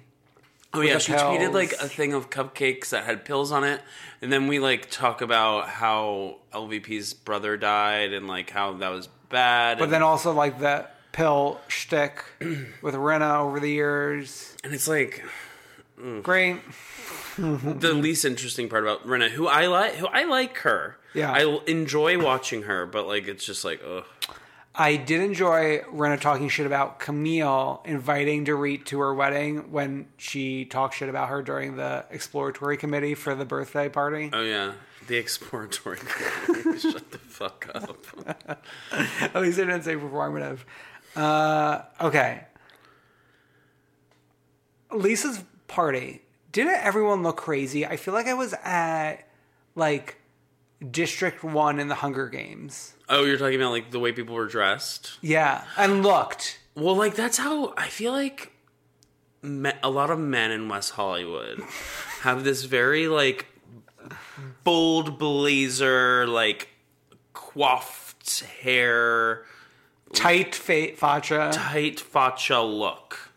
Speaker 2: oh yeah,
Speaker 3: the
Speaker 2: she tweeted like
Speaker 3: pills.
Speaker 2: a thing of cupcakes that had pills on it, and then we like talk about how LVP's brother died and like how that was bad.
Speaker 3: But
Speaker 2: and,
Speaker 3: then also like the pill shtick with Rena over the years.
Speaker 2: and it's like
Speaker 3: Great.
Speaker 2: the least interesting part about Rena, who I like, who I like her.
Speaker 3: Yeah.
Speaker 2: I l- enjoy watching her, but like it's just like ugh.
Speaker 3: I did enjoy Rena talking shit about Camille inviting Dorit to her wedding when she talked shit about her during the exploratory committee for the birthday party.
Speaker 2: Oh yeah, the exploratory. Shut the fuck up.
Speaker 3: At least I didn't say performative. Uh, okay. Lisa's party. Didn't everyone look crazy? I feel like I was at like District 1 in the Hunger Games.
Speaker 2: Oh, you're talking about like the way people were dressed.
Speaker 3: Yeah. And looked.
Speaker 2: Well, like that's how I feel like me- a lot of men in West Hollywood have this very like bold blazer, like coiffed hair,
Speaker 3: Tight fa- facha.
Speaker 2: tight facha look.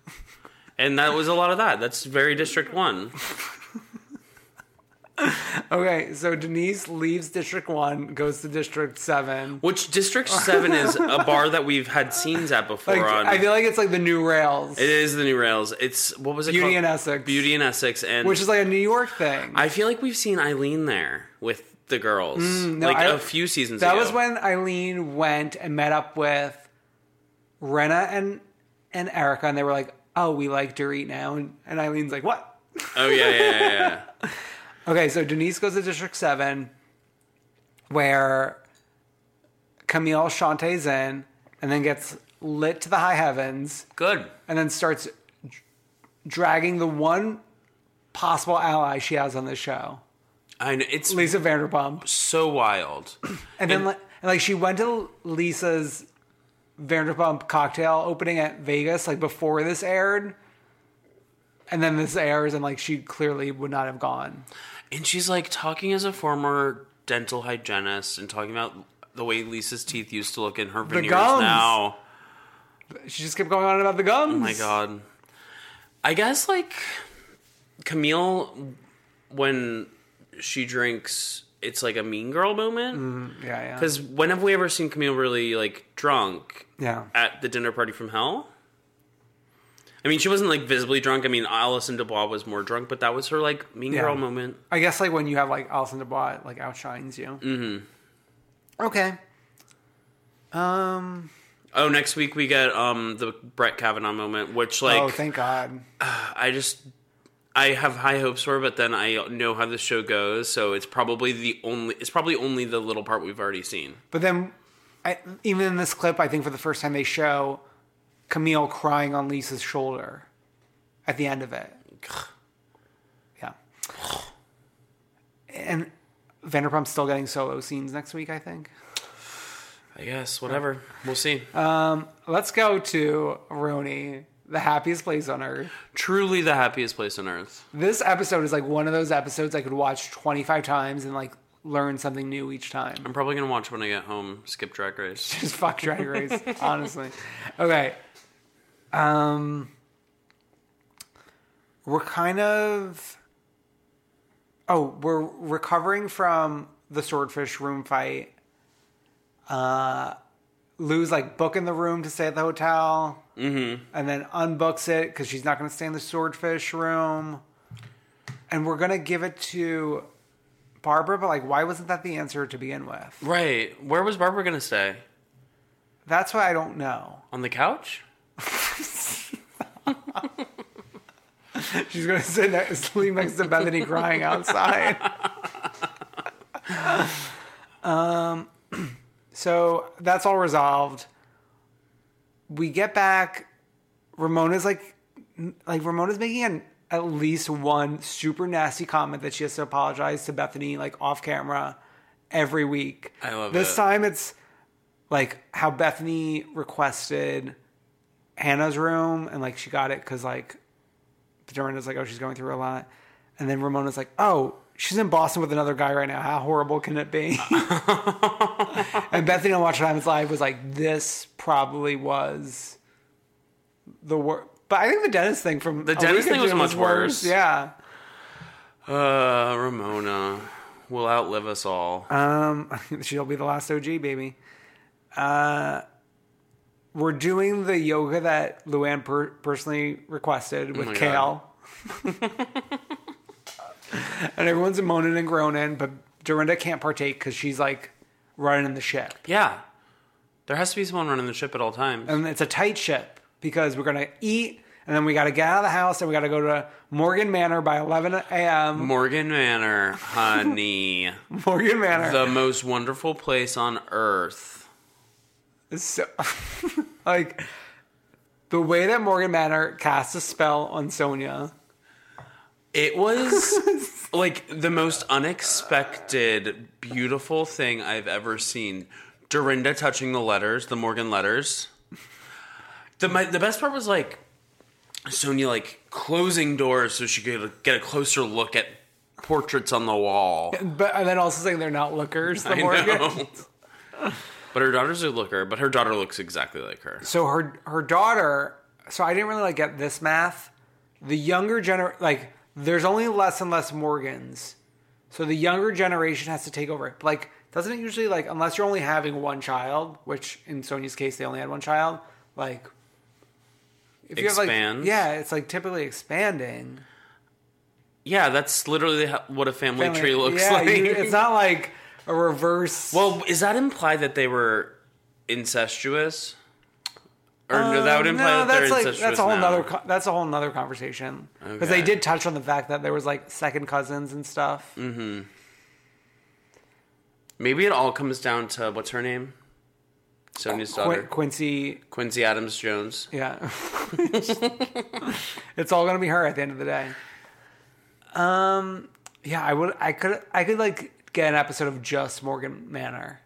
Speaker 2: And that was a lot of that. That's very District One.
Speaker 3: Okay, so Denise leaves District 1, goes to District 7.
Speaker 2: Which District Seven is a bar that we've had scenes at before.
Speaker 3: Like,
Speaker 2: on
Speaker 3: I feel like it's like the new rails,
Speaker 2: it is the New Rails. It's what was it?
Speaker 3: Beauty
Speaker 2: called?
Speaker 3: and Essex.
Speaker 2: Beauty and Essex, and
Speaker 3: which is like a New York thing.
Speaker 2: I feel like we've seen Eileen there with the girls,
Speaker 3: Mm, no,
Speaker 2: like
Speaker 3: I-
Speaker 2: a few seasons
Speaker 3: that
Speaker 2: ago.
Speaker 3: was when Eileen went and met up with Rena and and Erica, and they were like, oh, we like Dorit now. And, and Eileen's like, what?
Speaker 2: Oh yeah, yeah, yeah, yeah.
Speaker 3: Okay, so Denise goes to District 7, where Camille Shantae's in, and then gets lit to the high heavens.
Speaker 2: Good.
Speaker 3: and then starts dr- dragging the one possible ally she has on this show,
Speaker 2: I know it's
Speaker 3: Lisa Vanderpump.
Speaker 2: so wild.
Speaker 3: And then, like, and, like, she went to Lisa's Vanderpump cocktail opening at Vegas, like, before this aired. And then this airs, and, like, she clearly would not have gone.
Speaker 2: And she's like talking as a former dental hygienist and talking about the way Lisa's teeth used to look in her veneers
Speaker 3: gums.
Speaker 2: now.
Speaker 3: She just kept going on about the gums.
Speaker 2: Oh my god. I guess like Camille when she drinks it's like a mean girl
Speaker 3: Mm-hmm.
Speaker 2: moment
Speaker 3: Yeah, yeah.
Speaker 2: because when have we ever seen Camille really like drunk
Speaker 3: Yeah.
Speaker 2: at the dinner party from hell? I mean, she wasn't like visibly drunk. I mean, Alison Dubois was more drunk, but that was her like mean
Speaker 3: Yeah.
Speaker 2: girl moment.
Speaker 3: I guess like when you have like Alison Dubois, it, like outshines you. Mm-hmm.
Speaker 2: Mm-hmm.
Speaker 3: Okay. Um.
Speaker 2: Oh, next week we get um the Brett Kavanaugh moment, which like
Speaker 3: oh, thank God.
Speaker 2: I just I have high hopes for, but then I know how the show goes, so it's probably the only it's probably only the little part we've already seen.
Speaker 3: But then, I, even in this clip, I think for the first time they show Camille crying on Lisa's shoulder at the end of it. Yeah. And Vanderpump's still getting solo scenes next week, I think.
Speaker 2: I guess whatever we'll see.
Speaker 3: Let's go to Roni, the happiest place on earth.
Speaker 2: Truly the happiest place on earth.
Speaker 3: This episode is like one of those episodes I could watch 25 times and like learn something new each time.
Speaker 2: I'm probably gonna watch when I get home. Skip Drag Race.
Speaker 3: Just fuck Drag Race, honestly. Okay. Um, we're kind of. Oh, we're recovering from the swordfish room fight. Uh, Lou's like booking the room to stay at the hotel, mm-hmm. and then unbooks it because she's not going to stay in the swordfish room. And we're gonna give it to Barbara, but like, why wasn't that the answer to begin with?
Speaker 2: Right. Where was Barbara gonna stay?
Speaker 3: That's why I don't know.
Speaker 2: On the couch?
Speaker 3: She's gonna sit next, sleep next to Bethany crying outside. um, Um, so that's all resolved. We get back. Ramona's like, like Ramona's making an, at least one super nasty comment that she has to apologize to Bethany, like off camera, every week.
Speaker 2: I love
Speaker 3: this
Speaker 2: it.
Speaker 3: time. It's like how Bethany requested Hannah's room, and like she got it because like Dorinda's like, oh, she's going through a lot. And then Ramona's like, oh, she's in Boston with another guy right now. How horrible can it be? and Bethany on Watch What Happens Live was like, this probably was the worst. But I think the Dennis thing from
Speaker 2: The
Speaker 3: a
Speaker 2: Dennis
Speaker 3: week
Speaker 2: thing was
Speaker 3: ago
Speaker 2: much worse.
Speaker 3: Yeah.
Speaker 2: Uh, Ramona will outlive us all.
Speaker 3: Um, she'll be the last OG baby. Uh, we're doing the yoga that Luann per- personally requested with
Speaker 2: Oh my
Speaker 3: Kale, and everyone's moaning and groaning, but Dorinda can't partake because she's like running the ship,
Speaker 2: yeah. There has to be someone running the ship at all times.
Speaker 3: and it's a tight ship because we're gonna eat. And then we got to get out of the house, and we got to go to Morgan Manor by 11 a.m.
Speaker 2: Morgan Manor, honey.
Speaker 3: Morgan Manor.
Speaker 2: the most wonderful place on earth.
Speaker 3: So, like, the way that Morgan Manor casts a spell on Sonia,
Speaker 2: It was like the most unexpected, beautiful thing I've ever seen. Dorinda touching the letters, the Morgan letters. The my, the best part was like Sonia like closing doors so she could get a closer look at portraits on the wall.
Speaker 3: but and then also saying they're not lookers. The
Speaker 2: I
Speaker 3: Morgan.
Speaker 2: know. But her daughter's a looker, but her daughter looks exactly like her.
Speaker 3: So her her daughter. So I didn't really like get this math. The younger gener like there's only less and less Morgans, so the younger generation has to take over. Like, doesn't it usually like unless you're only having one child, which in Sonia's case they only had one child, like. If
Speaker 2: Expands.
Speaker 3: You have like, yeah, it's like typically expanding.
Speaker 2: Yeah, that's literally ho- what a family,
Speaker 3: family-
Speaker 2: tree looks
Speaker 3: yeah,
Speaker 2: like.
Speaker 3: you- it's not like a reverse.
Speaker 2: Well, is that imply that they were incestuous? Or no, that would imply
Speaker 3: Um, no,
Speaker 2: that
Speaker 3: that's
Speaker 2: they're
Speaker 3: like
Speaker 2: incestuous
Speaker 3: that's a whole
Speaker 2: now.
Speaker 3: nother co- that's a whole nother conversation because
Speaker 2: Okay.
Speaker 3: they did touch on the fact that there was like second cousins and stuff.
Speaker 2: Mm-hmm. Maybe it all comes down to what's her name? Sonia's daughter,
Speaker 3: Qu- Quincy,
Speaker 2: Quincy Adams Jones.
Speaker 3: yeah, it's all gonna be her at the end of the day. Um, yeah, I would, I could, I could like get an episode of just Morgan Manor.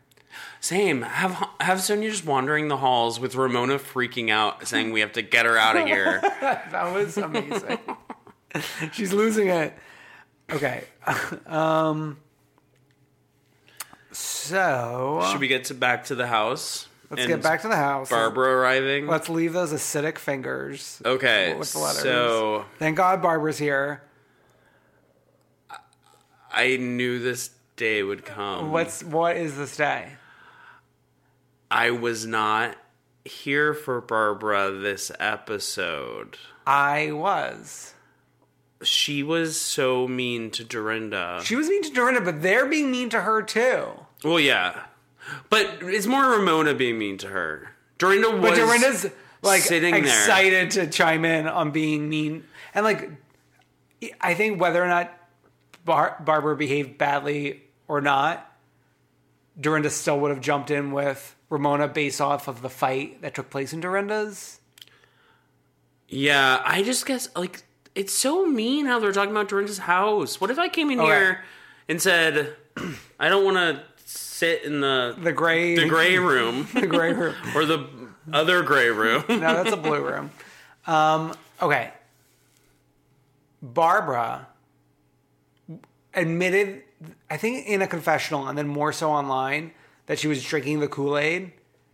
Speaker 2: Same. Have have Sonia just wandering the halls with Ramona freaking out, saying we have to get her out of here.
Speaker 3: That was amazing. She's losing it. Okay. um. So
Speaker 2: Should we get to back to the house?
Speaker 3: let's
Speaker 2: And
Speaker 3: get back to the house.
Speaker 2: Barbara arriving.
Speaker 3: Let's leave those acidic fingers.
Speaker 2: okay.
Speaker 3: With the letters.
Speaker 2: So
Speaker 3: Thank God Barbara's here.
Speaker 2: I knew this day would come.
Speaker 3: What's what is this day?
Speaker 2: I was not here for Barbara this episode.
Speaker 3: I was.
Speaker 2: She was so mean to Dorinda.
Speaker 3: She was mean to Dorinda, but they're being mean to her too.
Speaker 2: well, yeah, but it's more Ramona being mean to her. Dorinda was.
Speaker 3: But Dorinda's like
Speaker 2: sitting there.
Speaker 3: excited to chime in on being mean, and like I think whether or not Bar- Barbara behaved badly or not, Dorinda still would have jumped in with Ramona based off of the fight that took place in Dorinda's.
Speaker 2: Yeah, I just guess like it's so mean how they're talking about Dorinda's house. What if I came in
Speaker 3: Okay.
Speaker 2: here and said, I don't want to sit in the
Speaker 3: The gray,
Speaker 2: the gray room
Speaker 3: the gray room.
Speaker 2: or the other gray room.
Speaker 3: No, that's a blue room. Um, okay. Barbara admitted, I think in a confessional and then more so online, that she was drinking the Kool Aid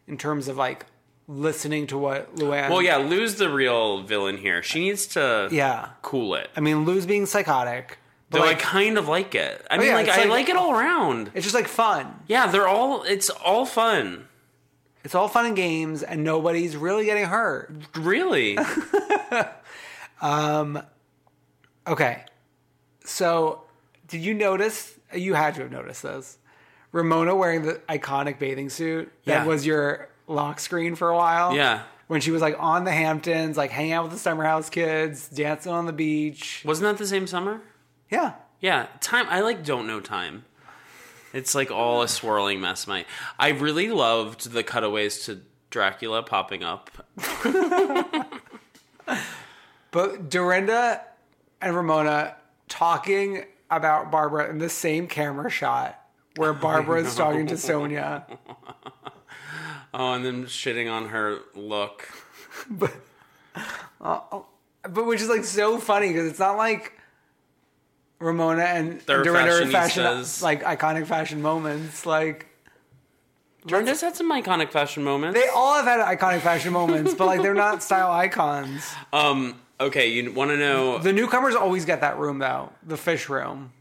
Speaker 3: in terms of like listening to what Luann.
Speaker 2: well, yeah, Lou's the real villain here. She needs to
Speaker 3: Yeah.
Speaker 2: cool it.
Speaker 3: I mean, Lou's being psychotic. But
Speaker 2: Though
Speaker 3: like, Oh,
Speaker 2: I kind of like it. I mean,
Speaker 3: yeah,
Speaker 2: like
Speaker 3: it's
Speaker 2: I
Speaker 3: like-
Speaker 2: like it all around.
Speaker 3: it's just like fun.
Speaker 2: Yeah, they're all. It's all fun.
Speaker 3: It's all fun and games, and nobody's really getting hurt.
Speaker 2: Really,
Speaker 3: Okay. So, did you notice? You had to have noticed this. Ramona wearing the iconic bathing suit that
Speaker 2: Yeah.
Speaker 3: was your lock screen for a while.
Speaker 2: Yeah.
Speaker 3: When she was like on the Hamptons, like hanging out with the summer house kids, dancing on the beach.
Speaker 2: wasn't that the same summer?
Speaker 3: Yeah.
Speaker 2: Yeah, time. I like don't know time. It's like all a swirling mess. My, I really loved the cutaways to Dracula popping up.
Speaker 3: But Dorinda and Ramona talking about Barbara in the same camera shot where Barbara is talking to Sonia.
Speaker 2: Oh, and then shitting on her look.
Speaker 3: But which is like so funny because it's not like Ramona and
Speaker 2: They're
Speaker 3: Dorinda are fashion
Speaker 2: fashionistas.
Speaker 3: like iconic fashion moments. Like
Speaker 2: Dorinda's had some iconic fashion moments.
Speaker 3: they all have had iconic fashion moments, but like they're not style icons.
Speaker 2: um. Okay, you want to know?
Speaker 3: The newcomers always get that room though, the fish room.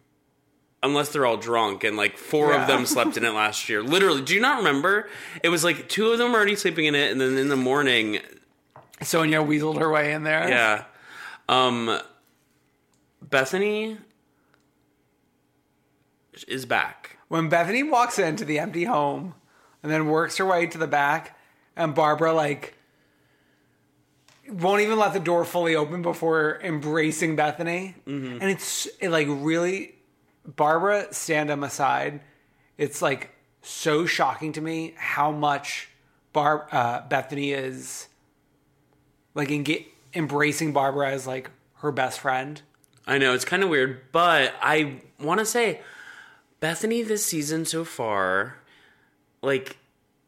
Speaker 2: unless they're all drunk and like four
Speaker 3: Yeah.
Speaker 2: of them slept in it last year literally do you not remember it was like two of them were already sleeping in it and then in the morning
Speaker 3: Sonia weaseled her way in there.
Speaker 2: yeah um bethany is back
Speaker 3: When Bethany walks into the empty home and then works her way to the back, and Barbara like won't even let the door fully open before embracing Bethany, and it's it like really Barbara stand them aside. It's like so shocking to me how much Barb uh, Bethany is like enga- embracing Barbara as like her best friend.
Speaker 2: i know it's kind of weird but i want to say bethany this season so far like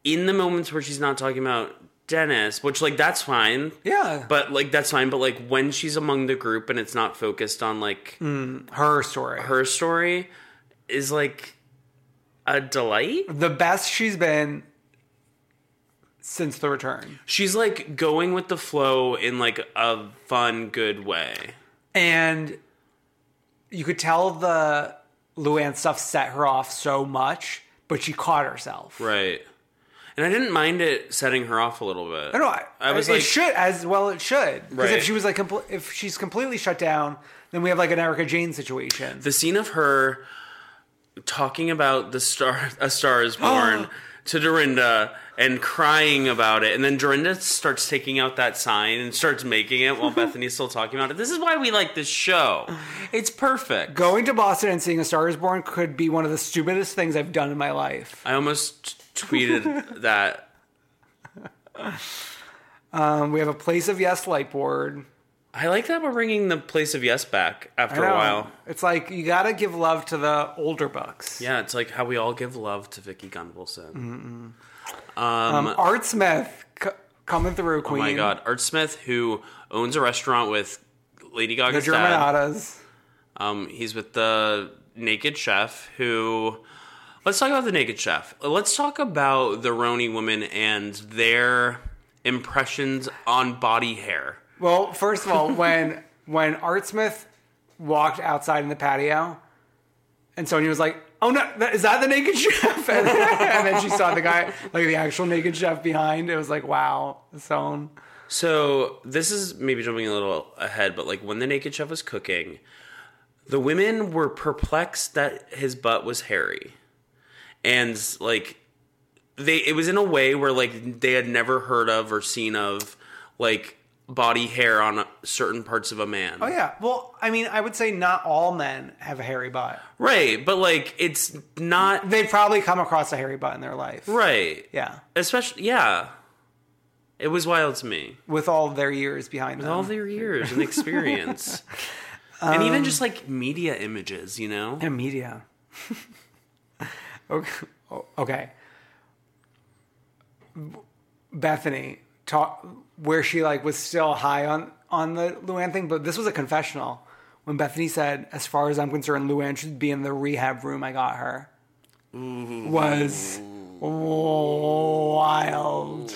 Speaker 2: in the moments where she's not talking about dennis which like that's fine
Speaker 3: Yeah, but
Speaker 2: But like that's fine. But like when she's among the group and it's not focused on like
Speaker 3: her story.
Speaker 2: her story, is like a delight.
Speaker 3: the best she's been since the return.
Speaker 2: She's like going with the flow in like a fun, good way.
Speaker 3: And you could tell the Luann stuff set her off so much, but she caught herself.
Speaker 2: Right. And I didn't mind it setting her off a little bit.
Speaker 3: No, no, I,
Speaker 2: I was
Speaker 3: it
Speaker 2: like,
Speaker 3: should as well. It should because if
Speaker 2: Right.
Speaker 3: she was like, compl- if she's completely shut down, then we have like an Erica Jane situation.
Speaker 2: the scene of her talking about the star a star is born to Dorinda and crying about it and then Dorinda starts taking out that sign and starts making it while Bethany's still talking about it. This is why we like this show. It's perfect.
Speaker 3: Going to Boston and seeing A Star Is Born could be one of the stupidest things I've done in my life.
Speaker 2: I almost tweeted that
Speaker 3: Um, we have a Place of Yes light board.
Speaker 2: I like that we're bringing the place of yes back
Speaker 3: I
Speaker 2: after a
Speaker 3: know.
Speaker 2: while.
Speaker 3: it's like you got to give love to the older books.
Speaker 2: Yeah, it's like how we all give love to Vicky Gunvalson.
Speaker 3: Mhm. Um, Art Smith c- coming through,
Speaker 2: Oh
Speaker 3: Queen.
Speaker 2: my god, Art Smith, who owns a restaurant with Lady
Speaker 3: The
Speaker 2: Gaga's dad.
Speaker 3: Germanadas.
Speaker 2: Um, he's with the Naked Chef, who. Let's talk about the Naked Chef. Let's talk about the Roni women and their impressions on body hair.
Speaker 3: Well, first of all, when when Art Smith walked outside in the patio, and Sonya was like, "Oh no, that, is that the Naked Chef?" And, then- and then she saw the guy, like the actual Naked Chef behind. It was like, "Wow, Sonya."
Speaker 2: So this is maybe jumping a little ahead, but like when the naked chef was cooking, the women were perplexed that his butt was hairy. And like they it was in a way where like they had never heard of or seen of like body hair on certain parts of a man.
Speaker 3: Oh yeah. Well, I mean, I would say not all men have a hairy butt.
Speaker 2: Right, but like it's not
Speaker 3: They've probably come across a hairy butt in their life.
Speaker 2: right.
Speaker 3: Yeah.
Speaker 2: Especially yeah. It was wild to me.
Speaker 3: With all their years behind them.
Speaker 2: all their years and experience. and
Speaker 3: Um,
Speaker 2: even just like media images, you know?
Speaker 3: and media. okay. O- okay. Bethany talk where she like was still high on on the Luann thing, but this was a confessional when Bethany said, "As far as I'm concerned, Luann should be in the rehab room I got her." Was wild.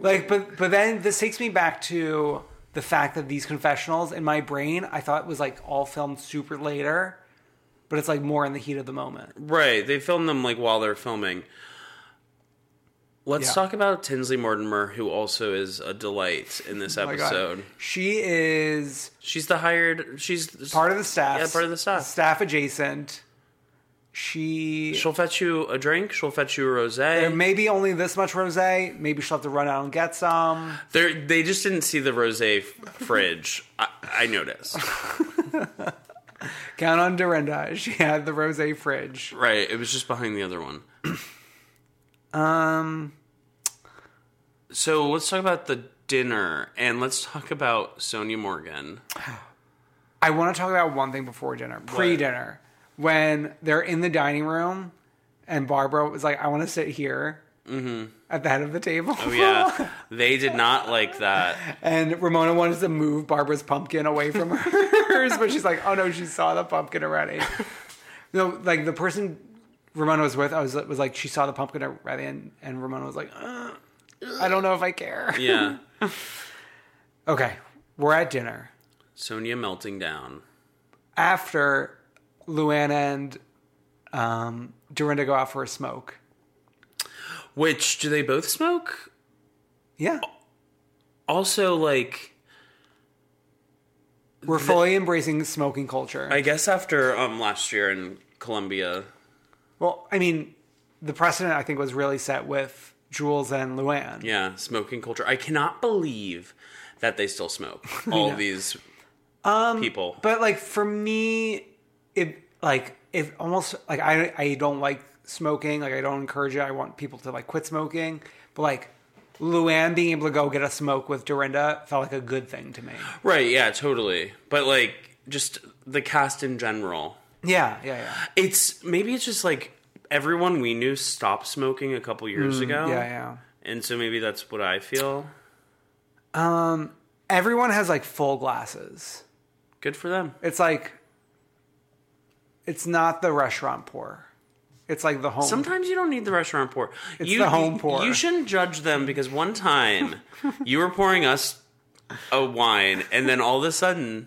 Speaker 3: like, but but then this takes me back to the fact that these confessionals in my brain, I thought was like all filmed super later, but it's like more in the heat of the moment.
Speaker 2: Right. They film them like while they're filming. Let's
Speaker 3: Yeah.
Speaker 2: talk about Tinsley Mortimer, who also is a delight in this
Speaker 3: Oh my God.
Speaker 2: episode.
Speaker 3: She is
Speaker 2: She's the hired. She's
Speaker 3: part of the staff.
Speaker 2: Yeah, part of the staff.
Speaker 3: Staff adjacent. She
Speaker 2: She'll fetch you a drink. She'll fetch you a
Speaker 3: there
Speaker 2: rosé.
Speaker 3: may be only this much rosé. Maybe she'll have to run out and get some.
Speaker 2: They're- they just didn't see the rosé f- fridge. I, I noticed.
Speaker 3: Count on Dorinda. She had the rosé fridge.
Speaker 2: Right. It was just behind the other one.
Speaker 3: Um,
Speaker 2: So let's talk about the dinner, and let's talk about Sonia Morgan.
Speaker 3: I want to talk about one thing before dinner, pre-dinner, when they're in the dining room, and Barbara was like, "I want to sit here." At the head of the table.
Speaker 2: Mm-hmm. Oh yeah, they did not like that.
Speaker 3: And Ramona wanted to move Barbara's pumpkin away from hers, but she's like, oh no, she saw the pumpkin already. no, like the person Ramona was with, I was, was like, she saw the pumpkin already, and, and Ramona was like, "Uh, I don't know if I care.
Speaker 2: Yeah,
Speaker 3: Okay, we're at dinner.
Speaker 2: Sonia melting down.
Speaker 3: After Luana and um, Dorinda go out for a smoke.
Speaker 2: Which do they both smoke?
Speaker 3: Yeah,
Speaker 2: Oh, Also, like
Speaker 3: we're fully embracing smoking culture.
Speaker 2: I guess after um last year in Colombia,
Speaker 3: well, I mean, the precedent I think was really set with Jules and Luann.
Speaker 2: yeah, smoking culture. I cannot believe that they still smoke. All these people.
Speaker 3: Um, But like for me, it like it almost like I I don't like smoking. Like I don't encourage it. I want people to like quit smoking. But like Luann being able to go get a smoke with Dorinda felt like a good thing to me.
Speaker 2: right? Yeah, totally. But like just the cast in general.
Speaker 3: Yeah, yeah, yeah,
Speaker 2: It's maybe it's just like everyone we knew stopped smoking a couple years ago.
Speaker 3: Mm, yeah, yeah.
Speaker 2: And so maybe that's what I feel.
Speaker 3: Everyone has like full glasses.
Speaker 2: Good for them.
Speaker 3: It's like it's not the restaurant pour. It's like the home.
Speaker 2: Sometimes you don't need the restaurant pour.
Speaker 3: It's
Speaker 2: you,
Speaker 3: the home pour.
Speaker 2: You shouldn't judge them because one time you were pouring us a wine, and then all of a sudden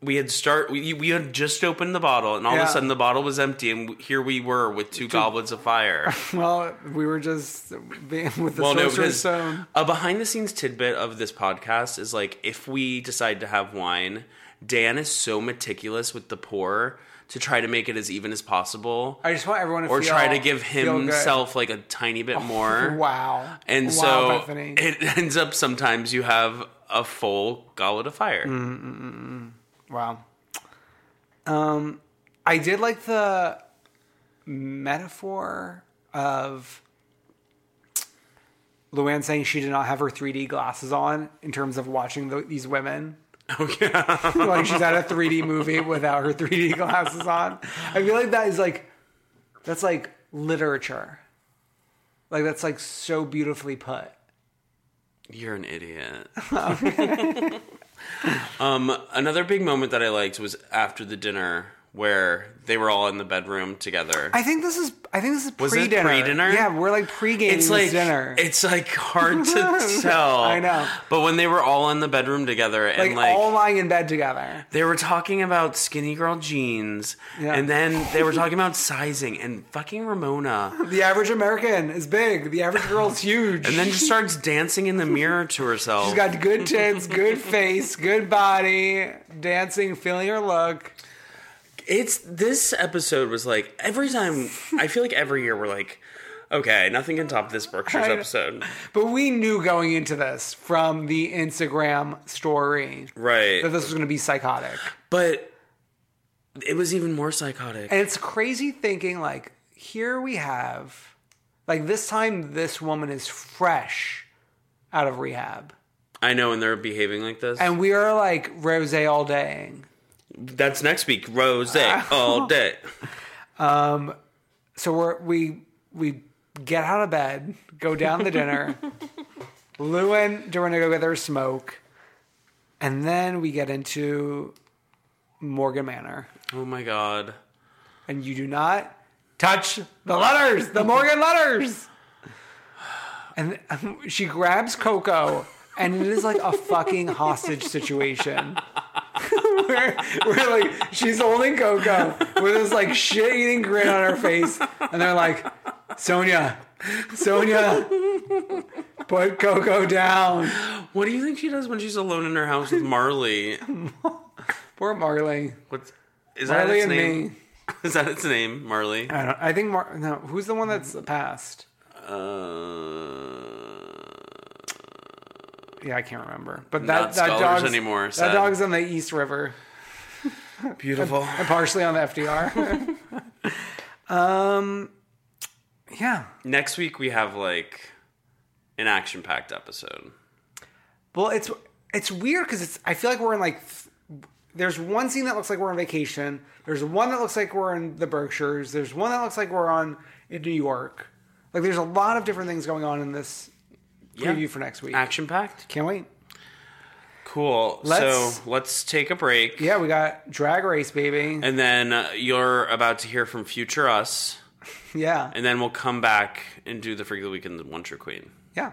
Speaker 2: we had start. We, we had just opened the bottle, and all of
Speaker 3: Yeah.
Speaker 2: a sudden the bottle was empty, and here we were with two goblets of fire.
Speaker 3: Well, we were just being with the
Speaker 2: well, no,
Speaker 3: sorcerer's
Speaker 2: because
Speaker 3: stone.
Speaker 2: a behind the scenes tidbit of this podcast is like if we decide to have wine, Dan is so meticulous with the pour to try to make it as even as possible.
Speaker 3: I just want everyone to
Speaker 2: or
Speaker 3: feel,
Speaker 2: try to give
Speaker 3: feel good. Oh,
Speaker 2: himself like a tiny bit more.
Speaker 3: Wow.
Speaker 2: And
Speaker 3: wow,
Speaker 2: so
Speaker 3: Bethany.
Speaker 2: it ends up sometimes you have a full goblet of fire.
Speaker 3: Mm. Wow. Um, I did like the metaphor of Luann saying she did not have her 3D glasses on in terms of watching the, these women. Oh yeah, like she's at a 3D movie without her 3D glasses on. I feel like that is like that's like literature. Like that's like so beautifully put.
Speaker 2: You're an idiot. um, another big moment that I liked was after the dinner
Speaker 4: where they were all in the bedroom together.
Speaker 3: I think this is. I think this is
Speaker 4: Was it
Speaker 3: pre-dinner.
Speaker 4: pre-dinner?
Speaker 3: Yeah, we're like pre-gaming
Speaker 4: it's like
Speaker 3: this dinner.
Speaker 4: it's like hard to tell.
Speaker 3: I know.
Speaker 4: But when they were all in the bedroom together
Speaker 3: like,
Speaker 4: and like
Speaker 3: all lying in bed together.
Speaker 4: they were talking about skinny girl jeans
Speaker 3: Yeah.
Speaker 4: and then they were talking about sizing and fucking Ramona
Speaker 3: The average American is big. The average girl's huge.
Speaker 4: and then just starts dancing in the mirror to herself.
Speaker 3: she's got good tits, good face, good body, dancing, feeling her look.
Speaker 4: It's this episode was like every time I feel like every year we're like, okay, nothing can top this Berkshire's
Speaker 3: I know.
Speaker 4: episode,
Speaker 3: But we knew going into this from the Instagram story
Speaker 4: right?
Speaker 3: that this was going to be psychotic.
Speaker 4: But it was even more psychotic.
Speaker 3: And it's crazy thinking like, here we have, like this time this woman is fresh out of rehab.
Speaker 4: I know, and they're behaving like this.
Speaker 3: And we are like rose all day.
Speaker 4: That's next week, Rose all day.
Speaker 3: So we're, we, we get out of bed, go down to dinner. Lou and Dorinda go get their smoke. And then we get into Morgan Manor.
Speaker 4: Oh my god.
Speaker 3: and you do not touch the letters, the Morgan letters. And um, she grabs Coco, and it is like a fucking hostage situation. where, where like she's holding Coco with this like shit eating grin on her face, and they're like, Sonia, Sonia, put Coco down.
Speaker 4: What do you think she does when she's alone in her house with Marley?
Speaker 3: Poor Marley.
Speaker 4: What's is that
Speaker 3: Marley
Speaker 4: its
Speaker 3: and
Speaker 4: name?
Speaker 3: me.
Speaker 4: Is that its name, Marley?
Speaker 3: I don't. I think Mar- no. Who's the one that's passed?
Speaker 4: Uh,
Speaker 3: Yeah, I can't remember. But that that
Speaker 4: Not scholars
Speaker 3: dog's
Speaker 4: anymore,
Speaker 3: That
Speaker 4: sad.
Speaker 3: dog's on the East River
Speaker 4: beautiful.
Speaker 3: and partially on the FDR. um, yeah.
Speaker 4: Next week we have like an action-packed episode.
Speaker 3: Well, it's it's weird because it's. I feel like we're in like. th- There's one scene that looks like we're on vacation. There's one that looks like we're in the Berkshires. There's one that looks like we're on in New York. Like there's a lot of different things going on in this preview for next week.
Speaker 4: Action-packed.
Speaker 3: Can't wait.
Speaker 4: Cool.
Speaker 3: Let's-
Speaker 4: so let's take a break,
Speaker 3: Yeah, we got Drag Race, baby.
Speaker 4: and then uh, you're about to hear from future us,
Speaker 3: yeah,
Speaker 4: and then we'll come back and do the freak of the week and the one true queen.
Speaker 3: yeah.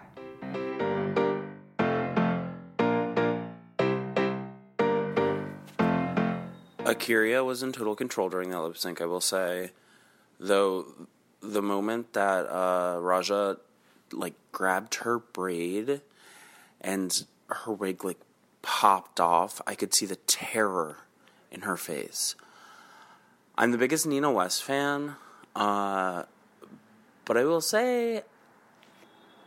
Speaker 4: Akira was in total control during that lip sync, I will say. Though the moment that uh, Raja like grabbed her braid and her wig like popped off, I could see the terror in her face. I'm the biggest Nina West fan, uh, but I will say,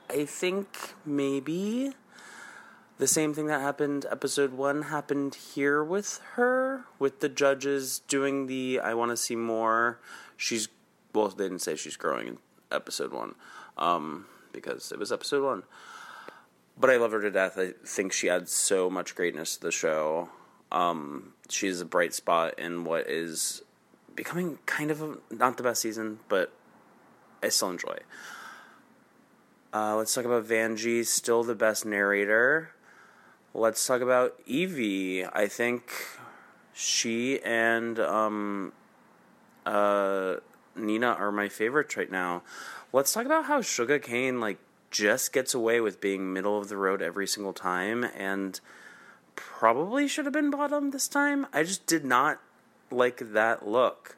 Speaker 4: I think maybe the same thing that happened episode one happened here with her with the judges doing the i want to see more she's well they didn't say she's growing in episode one um, because it was episode one but i love her to death i think she adds so much greatness to the show um, she's a bright spot in what is becoming kind of a, not the best season but i still enjoy uh, let's talk about Vanjie, still the best narrator. Let's talk about Evie. I think she and um, uh, Nina are my favorites right now. Let's talk about how Sugar Cane like just gets away with being middle of the road every single time, and probably should have been bottom this time. I just did not like that look.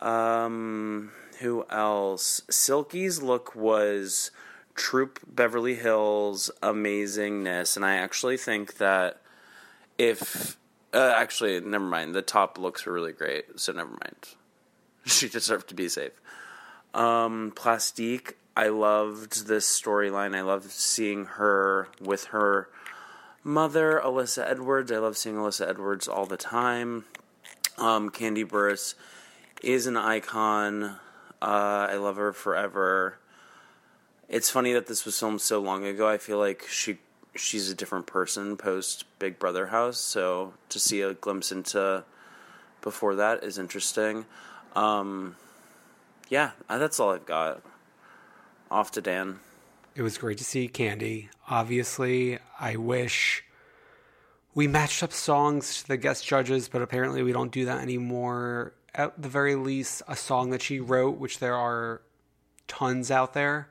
Speaker 4: Um, who else? Silky's look was Troop Beverly Hills amazingness, and I actually think that if uh, actually, never mind. The top looks were really great, so never mind. She deserved to be safe. Um, Plastique, I loved this storyline. I loved seeing her with her mother, Alyssa Edwards. I love seeing Alyssa Edwards all the time. Um, Candy Burris is an icon. Uh, I love her forever. It's funny that this was filmed so long ago. I feel like she she's a different person post Big Brother house. So to see a glimpse into before that is interesting. Um, yeah, uh, that's all I've got. Off to Dan.
Speaker 3: It was great to see Candy. Obviously, I wish we matched up songs to the guest judges, but apparently we don't do that anymore. At the very least, a song that she wrote, which there are tons out there.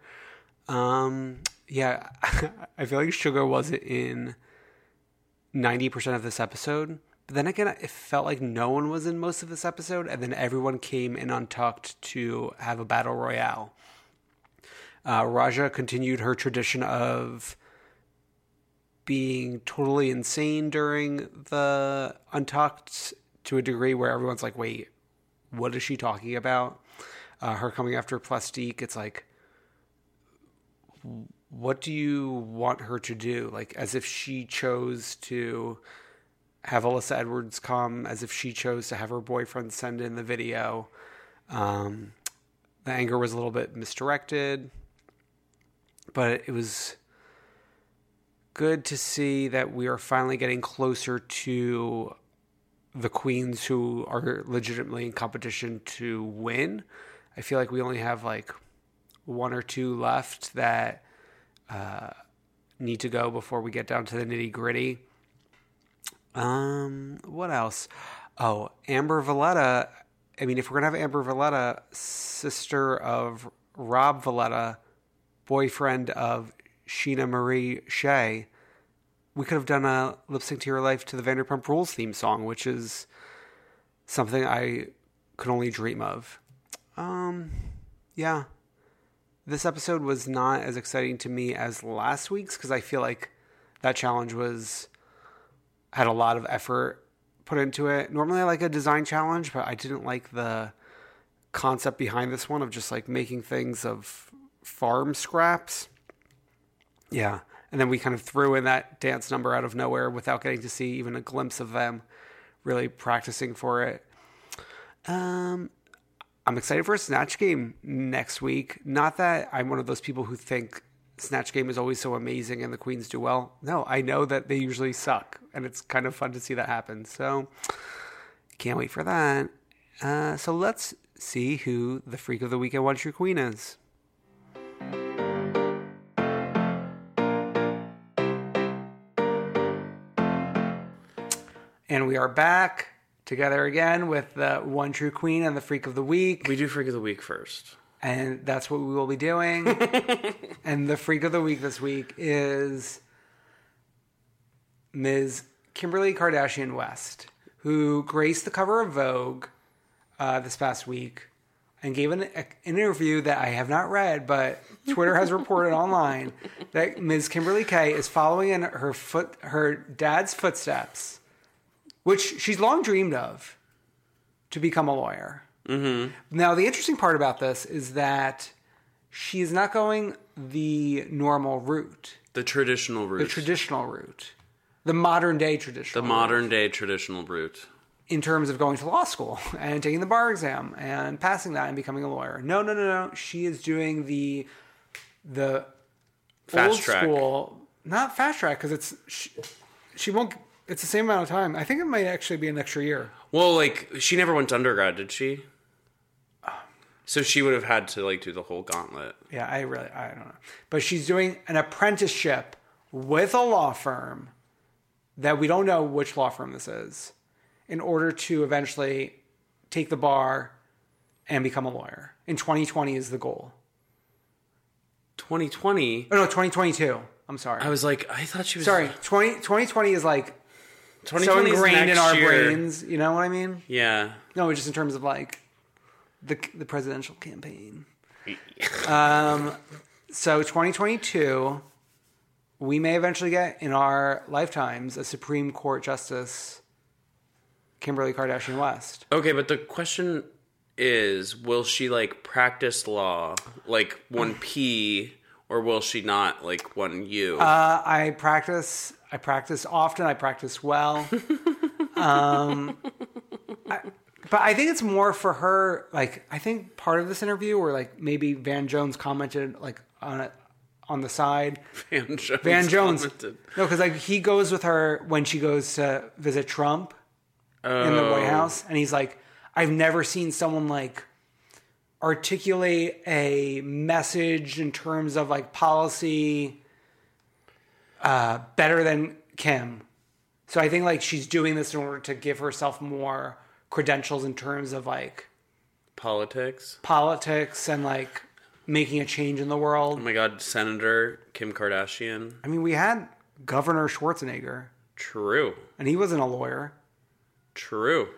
Speaker 3: Um, yeah, I feel like Sugar wasn't in 90% of this episode. But then again, it felt like no one was in most of this episode, and then everyone came in untucked to have a battle royale. Uh, Raja continued her tradition of being totally insane during the Untucked to a degree where everyone's like, wait, what is she talking about? Uh, her coming after Plastique, it's like, what do you want her to do? Like, as if she chose to have Alyssa Edwards come, as if she chose to have her boyfriend send in the video. Um, the anger was a little bit misdirected, but it was good to see that we are finally getting closer to the queens who are legitimately in competition to win. I feel like we only have like one or two left that uh, need to go before we get down to the nitty gritty. Um, what else? Oh, Amber Valletta. I mean, if we're gonna have Amber Valletta, sister of Rob Valletta, boyfriend of Sheena Marie Shea, we could have done a lip sync to your life to the Vanderpump Rules theme song, which is something I could only dream of. Um, yeah, this episode was not as exciting to me as last week's because I feel like that challenge was had a lot of effort put into it. Normally, I like a design challenge, but I didn't like the concept behind this one of just like making things of farm scraps. Yeah. And then we kind of threw in that dance number out of nowhere without getting to see even a glimpse of them really practicing for it. Um, I'm excited for a Snatch Game next week. Not that I'm one of those people who think Snatch Game is always so amazing and the Queens do well. No, I know that they usually suck, and it's kind of fun to see that happen. So can't wait for that. Uh, so let's see who the Freak of the Weekend One True Queen is. And we are back together again with the One True Queen and the Freak of the Week.
Speaker 2: We do Freak of the Week first.
Speaker 3: And that's what we will be doing. and the freak of the week this week is Ms. Kimberly Kardashian West, who graced the cover of Vogue uh, this past week and gave an, an interview that I have not read, but Twitter has reported online that Ms. Kimberly Kay is following in her foot her dad's footsteps, which she's long dreamed of to become a lawyer. Now, the interesting part about this is that she is not going the normal route,
Speaker 2: The traditional route.
Speaker 3: the traditional route, the modern day
Speaker 2: The
Speaker 3: traditional,
Speaker 2: modern day traditional route.
Speaker 3: in terms of going to law school and taking the bar exam and passing that and becoming a lawyer. No, no, no, no. She is doing the the
Speaker 2: Fast
Speaker 3: old
Speaker 2: track.
Speaker 3: school, not fast track, because it's she, she won't. It's the same amount of time. I think it might actually be an extra year.
Speaker 2: Well, like she never went to undergrad, did she? So she would have had to like do the whole gauntlet.
Speaker 3: Yeah, I really, I don't know. But she's doing an apprenticeship with a law firm that we don't know which law firm this is in order to eventually take the bar and become a lawyer. In 2020 is the goal.
Speaker 2: 2020.
Speaker 3: Oh, no, 2022. I'm sorry.
Speaker 2: I was like, I thought she was
Speaker 3: sorry. 20, 2020 is like so
Speaker 2: 2020 is
Speaker 3: ingrained in
Speaker 2: next
Speaker 3: our
Speaker 2: year.
Speaker 3: brains. You know what I mean?
Speaker 2: Yeah.
Speaker 3: No, just in terms of like the the presidential campaign. um, so 2022, we may eventually get in our lifetimes a Supreme Court Justice, Kimberly Kardashian West.
Speaker 2: Okay, but the question is, will she like practice law like one P, or will she not like one U?
Speaker 3: Uh, I practice. I practice often. I practice well. um, I- but I think it's more for her. Like I think part of this interview, or like maybe Van Jones commented like on it on the side.
Speaker 2: Van Jones.
Speaker 3: Van Jones.
Speaker 2: commented.
Speaker 3: No, because like he goes with her when she goes to visit Trump in the White House, and he's like, "I've never seen someone like articulate a message in terms of like policy uh, better than Kim." So I think like she's doing this in order to give herself more credentials in terms of like
Speaker 2: Politics.
Speaker 3: politics and like making a change in the world.
Speaker 2: Oh my God, Senator Kim Kardashian.
Speaker 3: I mean, we had Governor Schwarzenegger,
Speaker 2: True.
Speaker 3: and he wasn't a lawyer.
Speaker 2: True.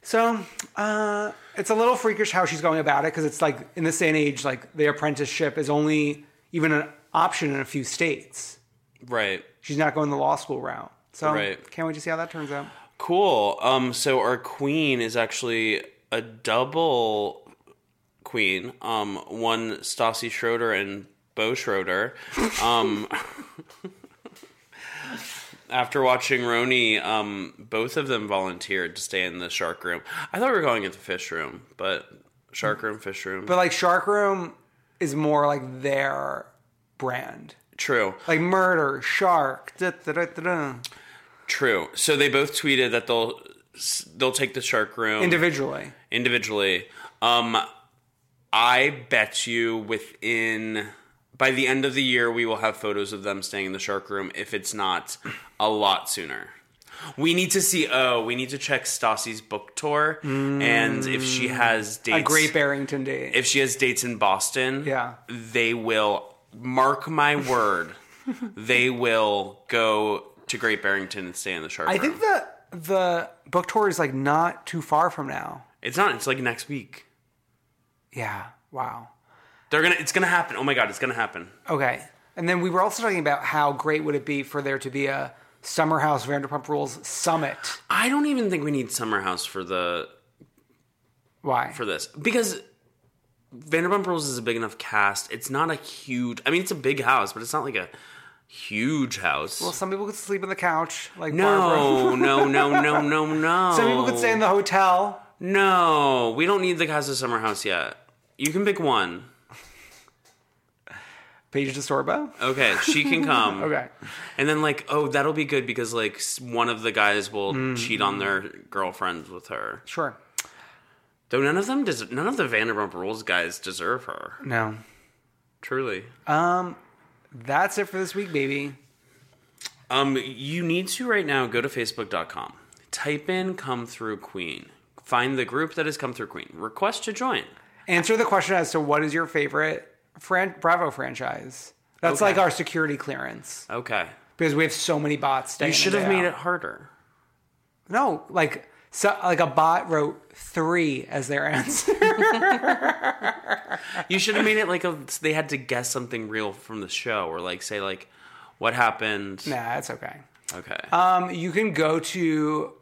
Speaker 3: So uh, it's a little freakish how she's going about it because it's like in this day and age, like the apprenticeship is only even an option in a few states.
Speaker 2: Right.
Speaker 3: She's not going the law school route. So
Speaker 2: Right.
Speaker 3: can't wait to see how that turns out.
Speaker 2: Cool. Um, so our queen is actually a double queen. Um, one Stassi Schroeder and Bo Schroeder. Um, after watching Roni, um, both of them volunteered to stay in the shark room. I thought we were going into fish room, but shark room, fish room.
Speaker 3: But like Shark Room is more like their brand.
Speaker 2: True.
Speaker 3: Like murder, shark. Da, da, da, da, da.
Speaker 2: True. So they both tweeted that they'll they'll take the shark room
Speaker 3: Individually.
Speaker 2: individually. Um, I bet you within by the end of the year we will have photos of them staying in the shark room. If it's not a lot sooner, we need to see. Oh, we need to check Stassi's book tour and if she has dates.
Speaker 3: Mm. A great Barrington date.
Speaker 2: If she has dates in Boston,
Speaker 3: Yeah.
Speaker 2: they will. Mark my word, they will go to Great Barrington and stay in the shark
Speaker 3: I
Speaker 2: room.
Speaker 3: think the the book tour is like not too far from now.
Speaker 2: it's not. It's like next week.
Speaker 3: Yeah. Wow.
Speaker 2: They're gonna. It's gonna happen. Oh my god, it's gonna happen.
Speaker 3: Okay. And then we were also talking about how great would it be for there to be a Summer House Vanderpump Rules summit.
Speaker 2: I don't even think we need Summer House for the
Speaker 3: Why?
Speaker 2: for this because Vanderpump Rules is a big enough cast. It's not a huge. I mean, it's a big house, but it's not like a huge house.
Speaker 3: well, some people could sleep on the couch, like
Speaker 2: no,
Speaker 3: Barbara.
Speaker 2: no, no, no, no, no.
Speaker 3: some people could stay in the hotel.
Speaker 2: No, we don't need the Casa Summer House yet. You can pick one.
Speaker 3: Paige DeSorbo.
Speaker 2: Okay, she can come.
Speaker 3: Okay.
Speaker 2: And then like, oh, that'll be good because like s- one of the guys will
Speaker 3: Mm.
Speaker 2: cheat on their girlfriends with her.
Speaker 3: Sure.
Speaker 2: Though none of them des- none of the Vanderpump Rules guys deserve her.
Speaker 3: No.
Speaker 2: Truly.
Speaker 3: That's it for this week, baby.
Speaker 2: Um, you need to right now go to facebook.com, type in come through queen, find the group that is come through queen, request to join.
Speaker 3: Answer the question as to what is your favorite Fran- Bravo franchise. That's
Speaker 2: Okay.
Speaker 3: like our security clearance
Speaker 2: Okay.
Speaker 3: because we have so many bots. day
Speaker 2: You
Speaker 3: in
Speaker 2: should
Speaker 3: and
Speaker 2: have
Speaker 3: day
Speaker 2: made
Speaker 3: out.
Speaker 2: it harder.
Speaker 3: No, like so, like a bot wrote three as their answer.
Speaker 2: You should have made it like a, they had to guess something real from the show or like say like what happened.
Speaker 3: nah, it's okay.
Speaker 2: Okay.
Speaker 3: Um, you can go to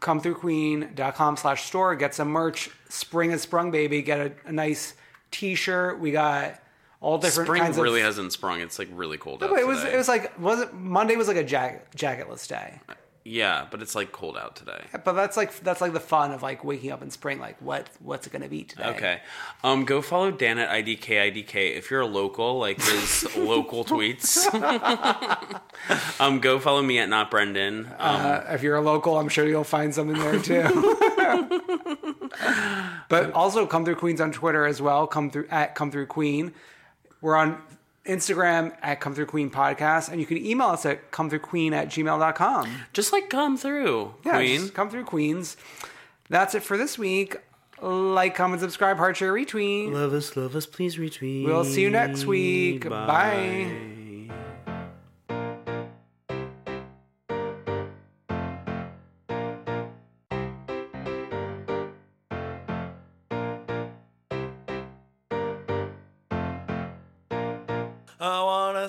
Speaker 3: comethroughqueen.com slash store, get some merch. Spring has sprung, baby. Get a, a nice t-shirt. We got all different
Speaker 2: Spring
Speaker 3: kinds
Speaker 2: really
Speaker 3: of...
Speaker 2: hasn't sprung. It's like really cold out.
Speaker 3: But it was
Speaker 2: today.
Speaker 3: it was like was it Monday was like a jacket, jacketless day,
Speaker 2: yeah, but it's like cold out today.
Speaker 3: but that's like that's like the fun of like waking up in spring. Like what what's it gonna be today?
Speaker 2: Okay. Um, go follow Dan at IDKIDK if you're a local, like his local tweets. um, go follow me at not Brendan. Um,
Speaker 3: If you're a local, I'm sure you'll find something there too. but also come through Queens on Twitter as well. Come through at come through Queen. We're on Instagram at come through Queen podcast, and you can email us at come through Queen at gmail.com.
Speaker 2: just like come through,
Speaker 3: Yeah,
Speaker 2: Queen.
Speaker 3: just come through Queens. That's it for this week. Like, comment, subscribe, heart share, retweet.
Speaker 2: Love us, love us, please retweet.
Speaker 3: We'll see you next week. Bye.
Speaker 4: I wanna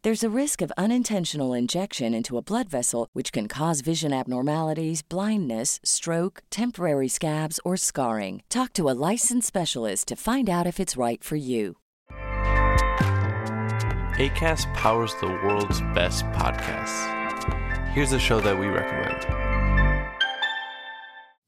Speaker 6: There's a risk of unintentional injection into a blood vessel, which can cause vision abnormalities, blindness, stroke, temporary scabs, or scarring. Talk to a licensed specialist to find out if it's right for you.
Speaker 7: ACAST powers the world's best podcasts. Here's a show that we recommend.